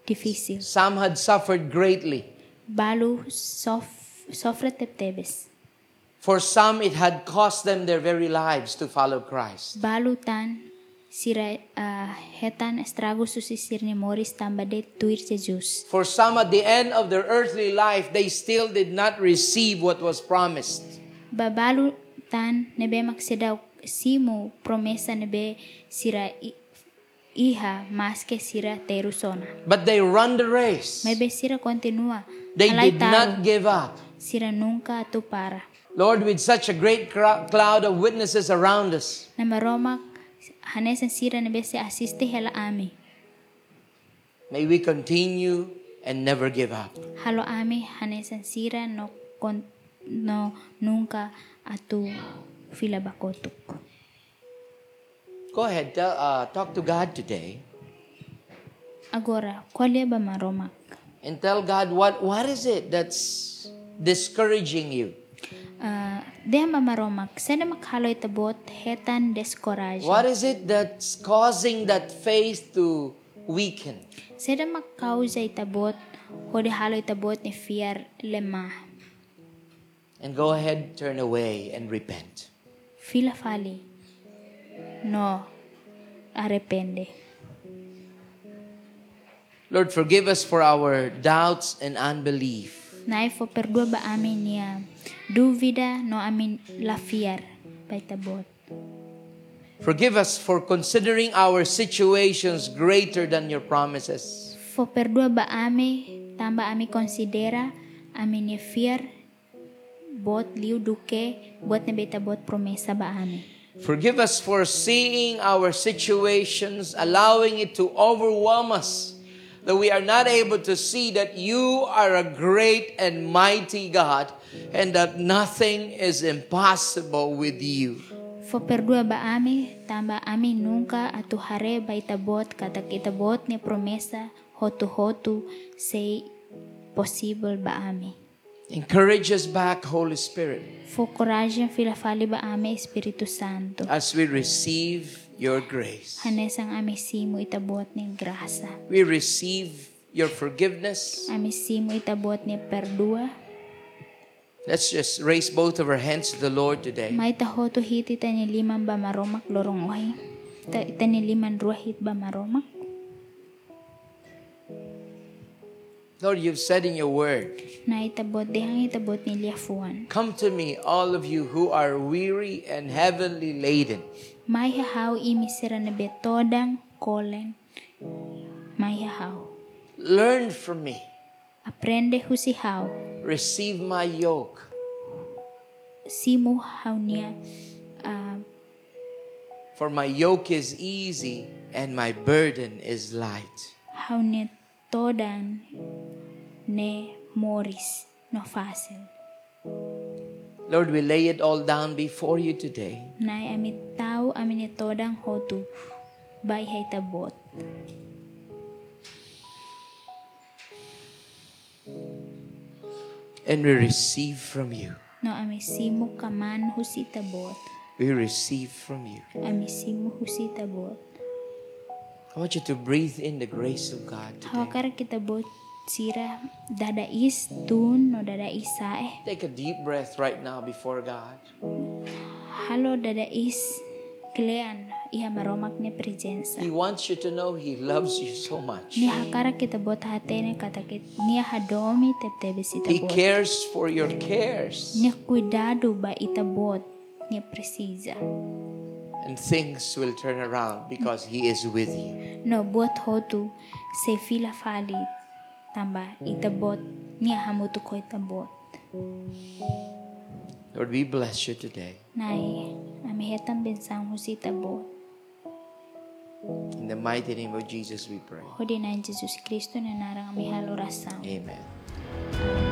B: difficile.
A: Some had suffered greatly.
B: Balu sof sofre tebes.
A: For some, it had cost them their very lives to follow Christ.
B: Balu tan sira ah, hetan estrago susi sirne moris tambade tuir Jesus.
A: For some, at the end of their earthly life, they still did not receive what was promised.
B: Babalu tan nebe mak sedaw simu promesa nebe sira i- iha maske sira terusona.
A: But they run the race.
B: May besira continua.
A: They
B: Alay
A: did
B: taro.
A: not give up.
B: Sira nunca tu para.
A: Lord, with such a great crowd cloud of witnesses around us,
B: Na maroma hanesan sira na bese asiste hela ami.
A: may we continue and never give up.
B: Halo ami hanesan sira no kon, no nunca atu fila bakotuk.
A: Go ahead, tell, uh, talk to God today
B: Agora, kolya ba maromak?
A: and tell God what, what is it that's discouraging you?
B: Uh, Deha ma maromak, sana makhalo itabot hetan descourage.
A: What is it that's causing that faith to weaken?
B: Sana makauza itabot, hodi halo itabot ni fear lemah.
A: And go ahead, turn away, and repent.
B: Fila fali. No. Arrepende.
A: Lord, forgive us for our doubts and unbelief.
B: Naifo perdua ba amin ya. Duvida no amin lafiar. Paitabot.
A: Forgive us for considering our situations greater than your promises.
B: Fo perdua ba ame Tamba ami considera, ami ne fier bot liu duke buat ne beta bot promesa ba ami.
A: Forgive us for seeing our situations, allowing it to overwhelm us, that we are not able to see that you are a great and mighty God, and that nothing is impossible with you.
B: Fo perdua ba ami, tamba ami nunca atu hare ba ita bot katak ita bot ne promesa hotu hotu sei possible ba ami.
A: Encourage us back, Holy Spirit,
B: Fo coragem fila fali ba ami Espiritu Santo.
A: as we receive your grace.
B: Hanesang ami simo itabot ni grasa.
A: We receive your forgiveness.
B: Ami simo itabot ni perdua.
A: Let's just raise both of our hands to the Lord today.
B: May taho to hiti tani liman ba maromak lorong ohay. Ta tani liman ruah hit ba maromak.
A: Lord, you've said in your word,
B: Na itabot dehang itabot ni liafuan.
A: Come to me, all of you who are weary and heavily laden,
B: May hahaw imisira na betodang kolen. May hahaw.
A: Learn from me.
B: Aprende husihaw.
A: Receive my yoke.
B: Simo haw niya. ah,
A: For my yoke is easy and my burden is light.
B: haw niya todan ne moris no fasil.
A: Lord, we lay it all down before you today.
B: Nay amit tao amin itodang hotu bay hay tabot.
A: And we receive from you.
B: No amisimo kaman husi tabot.
A: We receive from you.
B: Amisimo husi tabot.
A: I want you to breathe in the grace of God today.
B: Hawakar kita bot sira dadais tun no eh. dadais sae.
A: Take a deep breath right now before God.
B: Halo dadais klean iha maromak ne presensa.
A: He wants you to know He loves you so much.
B: Ni hakara kita bot hatene katakit ni hadomi tebtebe si
A: He
B: tabot.
A: cares for your cares,
B: Ni kuidado ba itabot ni precisa.
A: and things will turn around because He is with you.
B: no buat hotu se fila fali tamba itabot ni hamutu ko itabot
A: Lord, we bless you today.
B: nai amihetan bensang husi tabot
A: In the mighty name of Jesus, we pray.
B: hodi na Jesus Kristo na narang amihal orasan
A: Amen.
B: Amen.